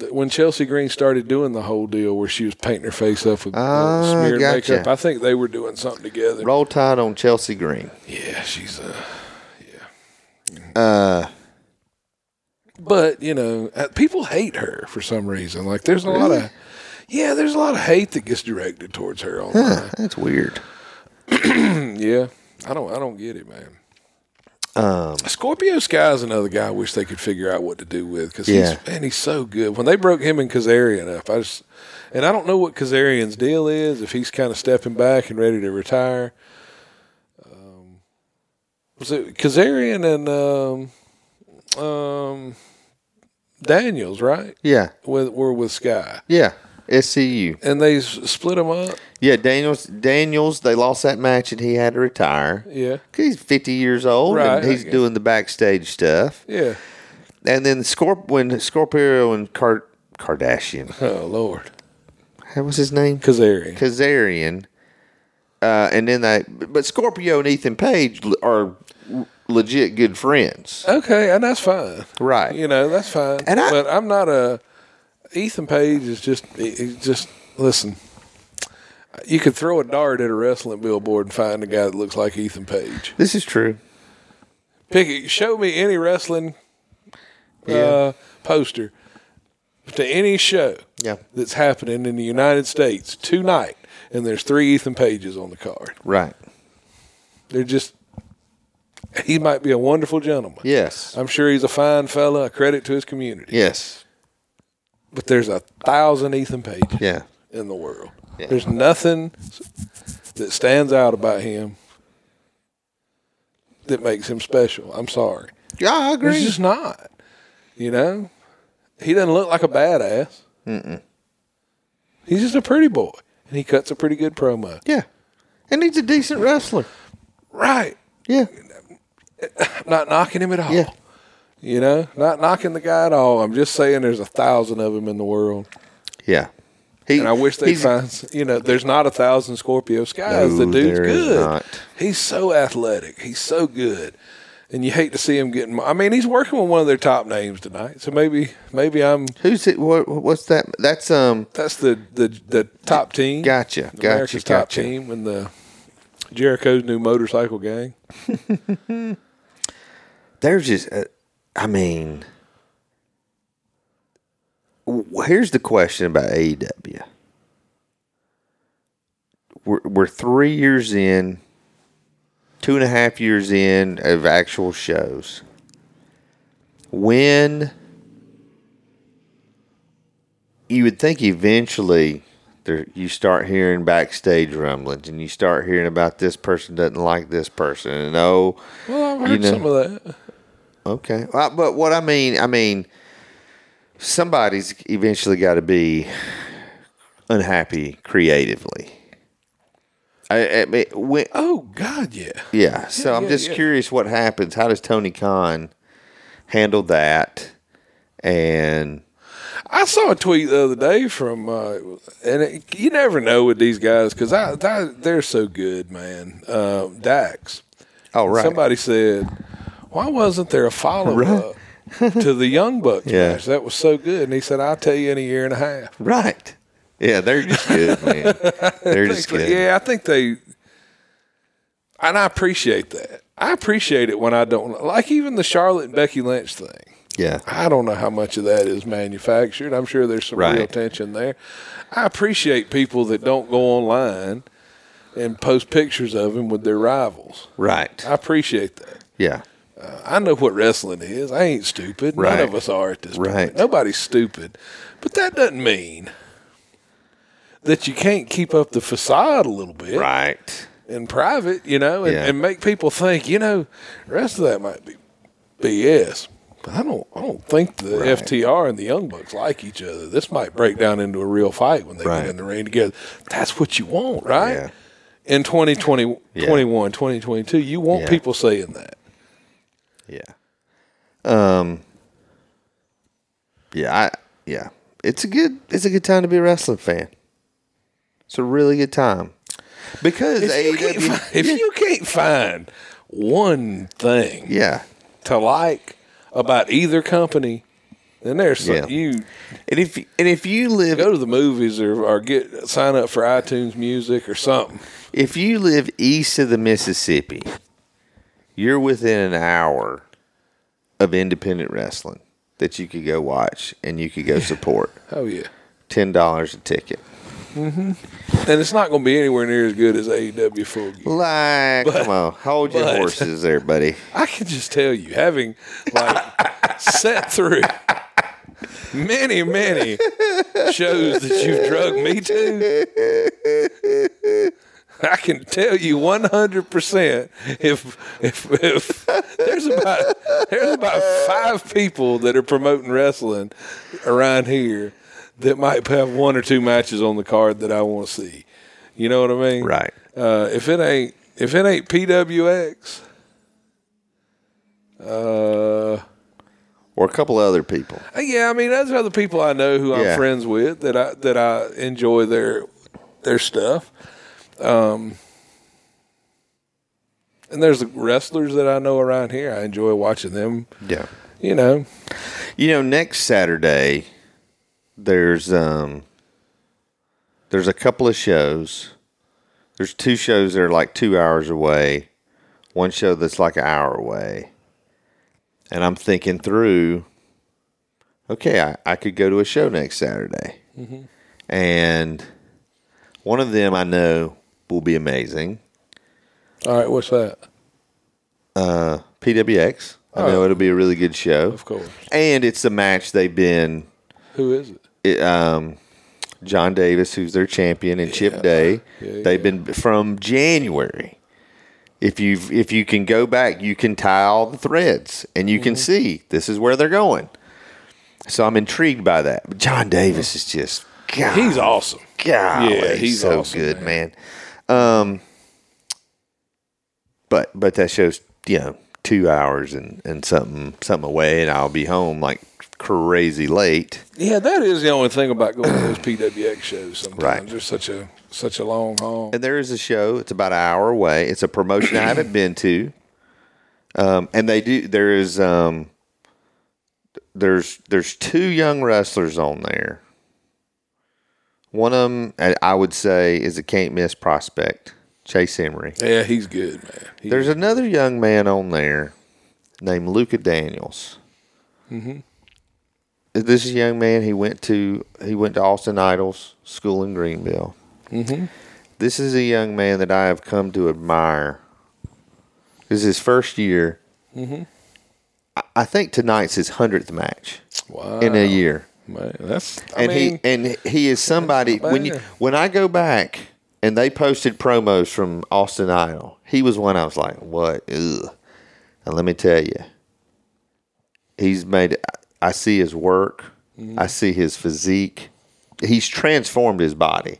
C: th- when Chelsea Green started doing the whole deal where she was painting her face up with uh,
B: Ah,
C: smeared
B: gotcha.
C: makeup, I think they were doing something together.
B: roll tide on Chelsea Green.
C: Yeah, she's uh yeah. Uh but, you know, uh, people hate her for some reason. Like there's a lot of Yeah, there's a lot of hate that gets directed towards her online.
B: Huh, that's weird.
C: yeah. I don't I don't get it, man. Um, Scorpio Sky's another guy I wish they could figure out what to do with because
B: Yeah.
C: he's man, he's so good. When they broke him and Kazarian up, I just and I don't know what Kazarian's deal is if he's kind of stepping back and ready to retire. Um, was it Kazarian and um, um, Daniels right?
B: Yeah,
C: With were with Sky
B: yeah. SCU.
C: and they s- split him up.
B: Yeah, Daniels. Daniels. They lost that match, and he had to retire.
C: Yeah,
B: He's fifty years old,
C: Right,
B: and he's
C: okay.
B: doing the backstage stuff.
C: yeah.
B: And then Scorp when Scorpio and Car- Kardashian,
C: Oh Lord,
B: what was his name?
C: Kazarian.
B: Kazarian. Uh, and then they, but Scorpio and Ethan Page l- are l- legit good friends,
C: Okay, and that's fine.
B: Right.
C: You know, that's fine.
B: And I-
C: but I'm not a Ethan Page is just he- he's just listen. You could throw a dart at a wrestling billboard and find a guy that looks like Ethan Page.
B: This is true.
C: Pick show me any wrestling uh, poster to any show
B: Yeah.
C: that's happening in the United States tonight, and there's three Ethan Pages on the card.
B: Right.
C: They're just he might be a wonderful gentleman.
B: Yes.
C: I'm sure he's a fine fella, a credit to his community.
B: yes.
C: but there's a thousand Ethan Page
B: Yeah.
C: in the world.
B: Yeah.
C: There's nothing that stands out about him that makes him special. I'm sorry.
B: Yeah, I
C: There's
B: agree.
C: just not. You know? He doesn't look like a badass. Mm-mm. He's just a pretty boy. And he cuts a pretty good promo.
B: yeah. And he's a decent wrestler.
C: Right.
B: Yeah.
C: Not knocking him at all.
B: Yeah.
C: You know? Not knocking the guy at all. I'm just saying there's a thousand of him in the world.
B: Yeah. He-
C: and I wish they
B: he's-
C: find you know there's not a thousand Scorpio skies. the
B: No,
C: dude's
B: there is
C: good.
B: not.
C: He's so athletic. He's so good, and you hate to see him getting. I mean, he's working with one of their top names tonight. So maybe maybe I'm
B: Who's it? What, what's that? That's um.
C: that's the the, the top team.
B: Gotcha, gotcha,
C: America's top
B: gotcha.
C: team and the Jericho's new motorcycle gang.
B: There's just. Uh, I mean, w- here's the question about E AEW. We're we're three years in, two and a half years in of actual shows. When you would think eventually there, you start hearing backstage rumblings and you start hearing about this person doesn't like this person and oh
C: Well, I've
B: You
C: heard
B: know.
C: some of that.
B: Okay, Uh, but what I mean, I mean, somebody's eventually got to be unhappy creatively. I, I mean, when,
C: Oh God, yeah.
B: yeah. So I'm
C: yeah,
B: just
C: yeah.
B: curious what happens. How does Tony Khan handle that? And
C: I saw a tweet the other day from, uh, and it, you never know with these guys because I, I they're so good, man. Uh, Dax.
B: oh right,
C: Somebody said, "Why wasn't there a follow up to the Young Bucks
B: Yeah.
C: match? That was so good." And he said, "I'll tell you in a year and a half."
B: right. Yeah, they're just good, man. They're just
C: Like,
B: good.
C: yeah, I think they, and I appreciate that. I appreciate it when I don't like even the Charlotte and Becky Lynch thing.
B: yeah.
C: I don't know how much of that is manufactured. I'm sure there's some real
B: Right.
C: tension there. I appreciate people that don't go online and post pictures of them with their rivals.
B: Right.
C: I appreciate that.
B: Yeah.
C: I know what wrestling is. I ain't stupid.
B: Right.
C: None of us are at this
B: Right.
C: point. Nobody's stupid. But that doesn't mean that you can't keep up the facade a little bit
B: Right.
C: in private, you know, and,
B: Yeah.
C: and make people think, you know, the rest of that might be BS. But I don't I don't think the
B: Right.
C: FTR and the Young Bucks like each other. This might break down into a real fight when they
B: Right.
C: get in the ring together. That's what you want, right?
B: Yeah.
C: In 2020,
B: Yeah.
C: 21, 2022, you want
B: Yeah.
C: people saying that.
B: Yeah. Um. Yeah, I yeah. It's a good it's a good time to be a wrestling fan. It's a really good time because
C: If, you
B: AEW.
C: can't, fi- if you can't find one thing
B: yeah,
C: to like about either company, then there's some,
B: Yeah.
C: you
B: and if and if you live
C: go to the movies or, or get sign up for iTunes Music or something.
B: if you live east of the Mississippi, you're within an hour of independent wrestling that you could go watch and you could go support.
C: Oh yeah,
B: Ten dollars a ticket.
C: and it's not going to be anywhere near as good as AEW Full Gear.
B: Like, come on, hold your
C: but-
B: horses there, buddy.
C: I can just tell you, having like sat through many many shows that you've drugged me to. I can tell you 100% if, if if there's about there's about five people that are promoting wrestling around here that might have one or two matches on the card that I want to see. You know what I mean?
B: Right.
C: Uh, if it ain't if it ain't PWX, uh,
B: Or a couple other people.
C: yeah, I mean, those are the people I know who
B: Yeah.
C: I'm friends with that I that I enjoy their their stuff. Um, and there's the wrestlers that I know around here. I enjoy watching them.
B: Yeah.
C: You know,
B: You know, next Saturday there's um there's a couple of shows. There's two shows that are like two hours away, one show that's like an hour away. And I'm thinking through, okay, I, I could go to a show next Saturday.
C: Mm-hmm.
B: And one of them I know will be amazing.
C: all right, what's that?
B: Uh, PWX. I know it'll be a really good show.
C: Oh. Of course,
B: And it's the match they've been
C: who is it?
B: it, um, John Davis, who's their champion, and Chip Day.
C: Yeah,
B: They've been from January. If you if you can go back, you can tie all the threads, and you
C: Mm-hmm.
B: can see this is where they're going. So I'm intrigued by that. But John Davis is just God,
C: He's awesome.
B: golly,
C: Yeah,
B: he's
C: he's
B: so
C: awesome,
B: good, man. Um, but but that shows you know two hours and and something something away, and I'll be home like crazy late.
C: Yeah, that is the only thing about going to those PWX shows. Sometimes
B: Right.
C: they're such a such a long haul.
B: And there is a show. It's about an hour away. It's a promotion I haven't been to. Um, and they do. There is um, there's there's two young wrestlers on there. One of them, I I would say, is a can't miss prospect, Chase Emery.
C: Yeah, he's good, man. He-
B: There's another young man on there named Luca Daniels. Mm-hmm. This is a young man. He went to he went to Austin Idol's school in Greenville. Mm-hmm. This is a young man that I have come to admire. This is his first year. Mm-hmm. I, I think tonight's his hundredth match
C: wow,
B: in a year
C: man, that's I
B: and
C: mean,
B: he and he is somebody
C: not
B: when you
C: bad.
B: when I go back and they posted promos from Austin Idol, he was one I was like, what? Ugh. And let me tell you, he's made. I I see his work.
C: Mm-hmm.
B: I see his physique. He's transformed his body.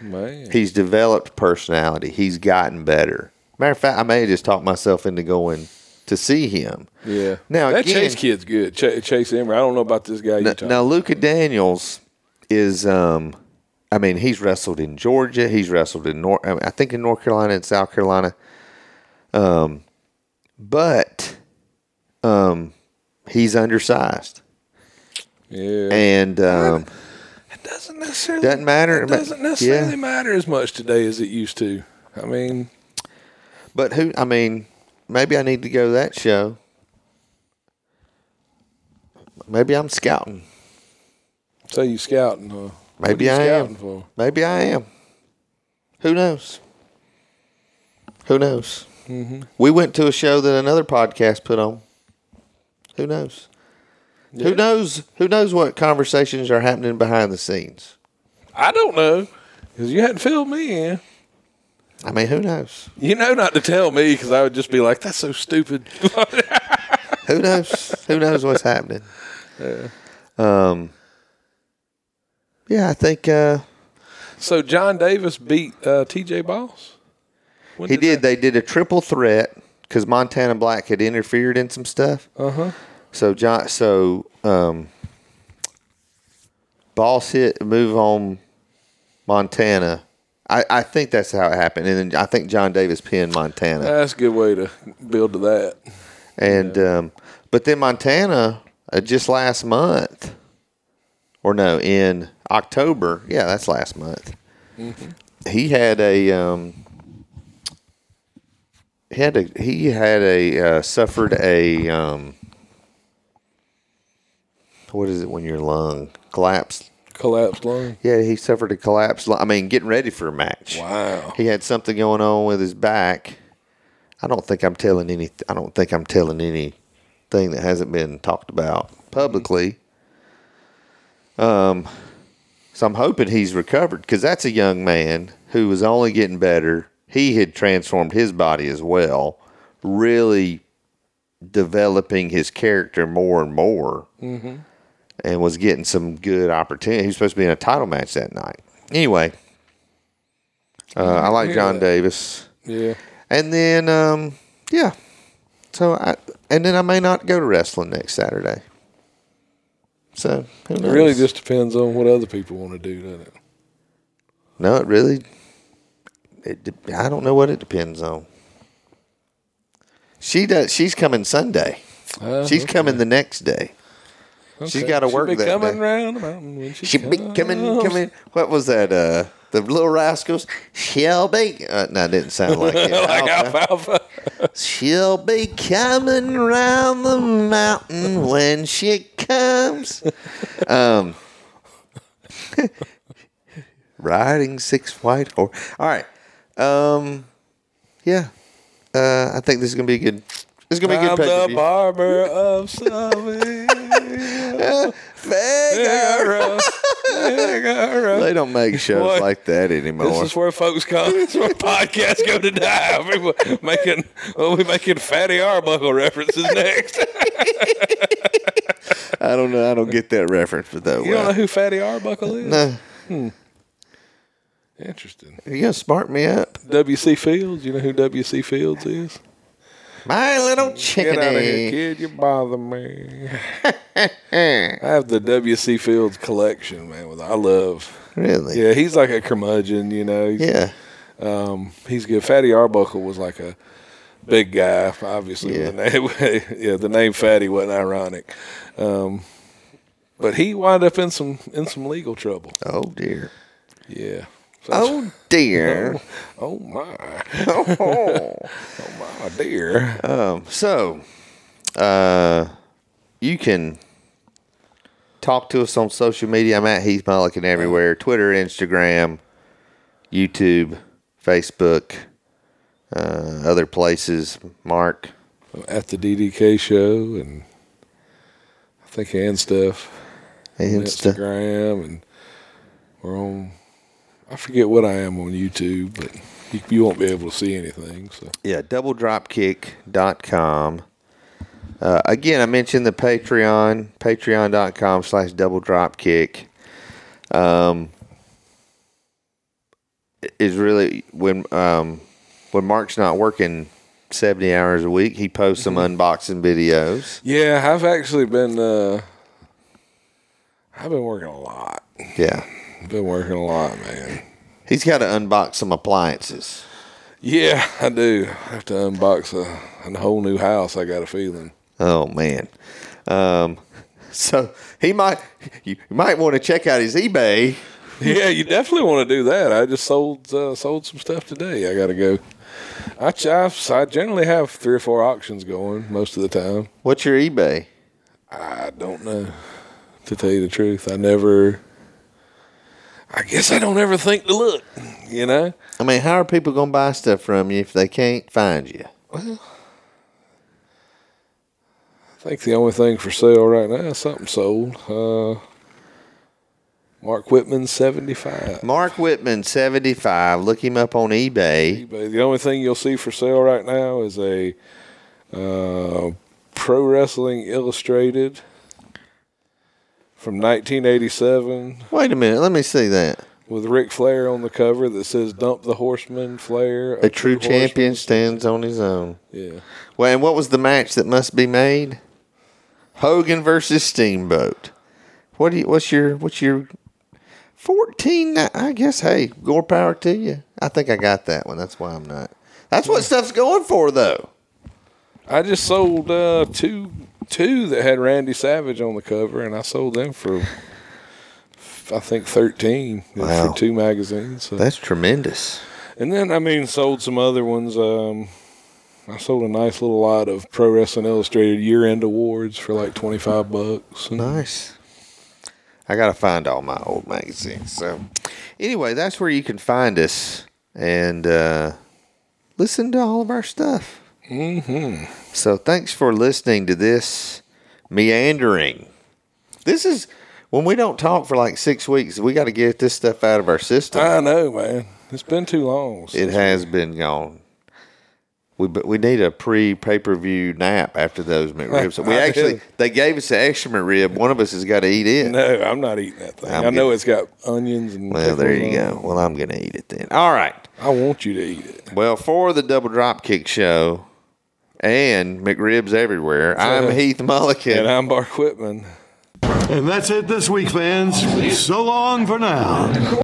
C: man,
B: He's developed personality. He's gotten better. Matter of fact, I may have just talked myself into going to see him.
C: yeah.
B: Now
C: that
B: again,
C: Chase kid's good. Ch- Chase Emery. I don't know about this guy.
B: Now,
C: Utah.
B: now Luca Daniels is, um, I mean, he's wrestled in Georgia. He's wrestled in North, I think in North Carolina and South Carolina. Um, but, um, he's undersized
C: yeah.
B: and, um,
C: doesn't necessarily
B: Doesn't matter.
C: It doesn't
B: Yeah.
C: necessarily matter as much today as it used to. I mean,
B: but who, I mean, maybe I need to go to that show. Maybe I'm scouting.
C: so you scouting? Huh? What
B: Maybe
C: you
B: I
C: scouting
B: am.
C: for?
B: Maybe I am. Who knows? Who knows?
C: Mm-hmm.
B: We went to a show that another podcast put on. Who knows? Who knows? Who knows what conversations are happening behind the scenes?
C: I don't know because you hadn't filled me in.
B: I mean, who knows?
C: You know not to tell me because I would just be like, "That's so stupid."
B: Who knows? who knows what's happening? Um. Yeah, I think uh,
C: so John Davis beat uh, T.J. Boss. When
B: he did. They did a triple threat because Montana Black had interfered in some stuff.
C: Uh huh.
B: So John, so um, boss hit move home Montana. I, I think that's how it happened, and then I think John Davis pinned Montana,
C: That's a good way to build to that.
B: and um, but then Montana uh, just last month, or no, in October. Yeah, that's last month. He had a um, he had a he had a uh, suffered a um, what is it when your lung collapsed?
C: Collapsed lung.
B: Yeah, he suffered a collapse. I mean, getting ready for a match.
C: Wow.
B: He had something going on with his back. I don't think I'm telling any. I don't think I'm telling anything that hasn't been talked about publicly. Um, so I'm hoping he's recovered because that's a young man who was only getting better. He had transformed his body as well, really developing his character more and more,
C: Mm-hmm.
B: and was getting some good opportunity. He was supposed to be in a title match that night. Anyway, uh,
C: Mm-hmm.
B: I like John Davis.
C: Yeah.
B: And then, um, yeah. So I and then I may not go to wrestling next Saturday. So who
C: It
B: knows?
C: really just depends on what other people want to do, doesn't it?
B: no. It really. It, de- I don't know what it depends on. She does. She's coming Sunday.
C: Uh,
B: She's coming the next day. She's
C: okay.
B: got to work
C: She'll be
B: that
C: coming
B: day.
C: round the mountain when she,
B: She be coming, coming. What was that? Uh, the Little Rascals. She'll be. Uh, no, it didn't sound like it.
C: like alfalfa.
B: She'll be coming round the mountain when she comes. Um, riding six white horse. All right. Um, yeah. Uh, I think this is gonna be a good. It's gonna be a
C: I'm
B: good
C: the
B: pay-per-view.
C: barber of Sylvia.
B: Figaro. They don't make shows
C: Boy,
B: like that
C: This
B: anymore.
C: is where folks come. This is where podcasts go to die. We're making, we'll be making Fatty Arbuckle references next.
B: I don't know. I don't get that reference, but that
C: You don't know
B: well.
C: who Fatty Arbuckle is? Hmm.
B: No,
C: Interesting.
B: you gonna smart me up?
C: W.C. Fields. You know who W.C. Fields is?
B: My little
C: Get out of
B: chickadee.
C: here, kid. You bother me. I have the W.C. Fields collection, man. With I love.
B: Really?
C: Yeah, he's like a curmudgeon, you know. He's,
B: Yeah.
C: he's good. Fatty Arbuckle was like a big guy, obviously.
B: Yeah.
C: with The name, yeah, the name Fatty wasn't ironic, um, but he wound up in some in some legal trouble.
B: Oh dear.
C: Yeah. So that's-
B: Oh dear.
C: oh my,
B: Oh.
C: oh my dear.
B: Um, so, uh, you can talk to us on social media. I'm at Heath Mulligan everywhere Twitter, Instagram, YouTube, Facebook, uh, other places. Mark.
C: At the DDK show, and I think and stuff,
B: Insta.
C: Instagram, and we're on. I forget what I am on YouTube, but you, you won't be able to see anything. So
B: Yeah, doubledropkick.com. Uh, again, I mentioned the Patreon, patreon.com slash doubledropkick. Um, is really when um, when Mark's not working 70 hours a week, he posts some unboxing videos.
C: Yeah, I've actually been uh I've been working a lot.
B: Yeah.
C: Been working a lot, man.
B: He's got to unbox some appliances.
C: Yeah, I do. I have to unbox a, a whole new house, I got a feeling.
B: Oh man. Um, so he might you might want to check out his eBay.
C: Yeah, you definitely want to do that. I just sold uh, sold some stuff today. I got to go. I, ch- I I generally have three or four auctions going most of the time.
B: What's your eBay?
C: I don't know. To tell you the truth, I never. I guess I don't ever think to look. You know.
B: I mean, how are people going to buy stuff from you if they can't find you?
C: I think the only thing for sale right now is something sold. Uh, Mark Whitman, 75.
B: Mark Whitman, 75. Look him up on eBay.
C: eBay. The only thing you'll see for sale right now is a uh, Pro Wrestling Illustrated from 1987
B: Wait a minute. Let me see that.
C: with Ric Flair on the cover that says Dump the Horseman, Flair.
B: A true
C: horseman."
B: champion stands on his own.
C: Yeah.
B: Well, and what was the match that must be made? Hogan versus Steamboat. What do you? What's your? What's your? Fourteen. I guess. Hey, more power to you. I think I got that one. That's why I'm not. That's what stuff's going for, though.
C: I just sold uh, two two that had Randy Savage on the cover, and I sold them for I think thirteen
B: Wow.
C: for two magazines. So.
B: That's tremendous.
C: And then I mean, sold some other ones. Um, I sold a nice little lot of Pro Wrestling Illustrated year end awards for like twenty five bucks. And
B: Nice. I gotta find all my old magazines. So, anyway, that's where you can find us and uh, listen to all of our stuff. Mm-hmm. So, thanks for listening to this meandering. This is when we don't talk for like six weeks. We got to get this stuff out of our system.
C: I know, man. It's been too long.
B: it has been gone. We but we need a pre pay per view nap after those McRibs. We
C: I
B: actually
C: do.
B: they gave us an extra McRib. One of us has got to eat it.
C: no, I'm not eating that thing. i
B: I'm
C: know
B: good.
C: it's got onions and.
B: Well, there
C: pickles
B: you
C: on
B: go. Well, I'm going to eat it then. All right.
C: it. I want you to eat it.
B: Well, for the Double Dropkick Show and McRibs Everywhere, I'm Heath
C: And
B: Mulligan.
C: I'm Mark Whitman.
D: And that's it this week, fans. So long for now.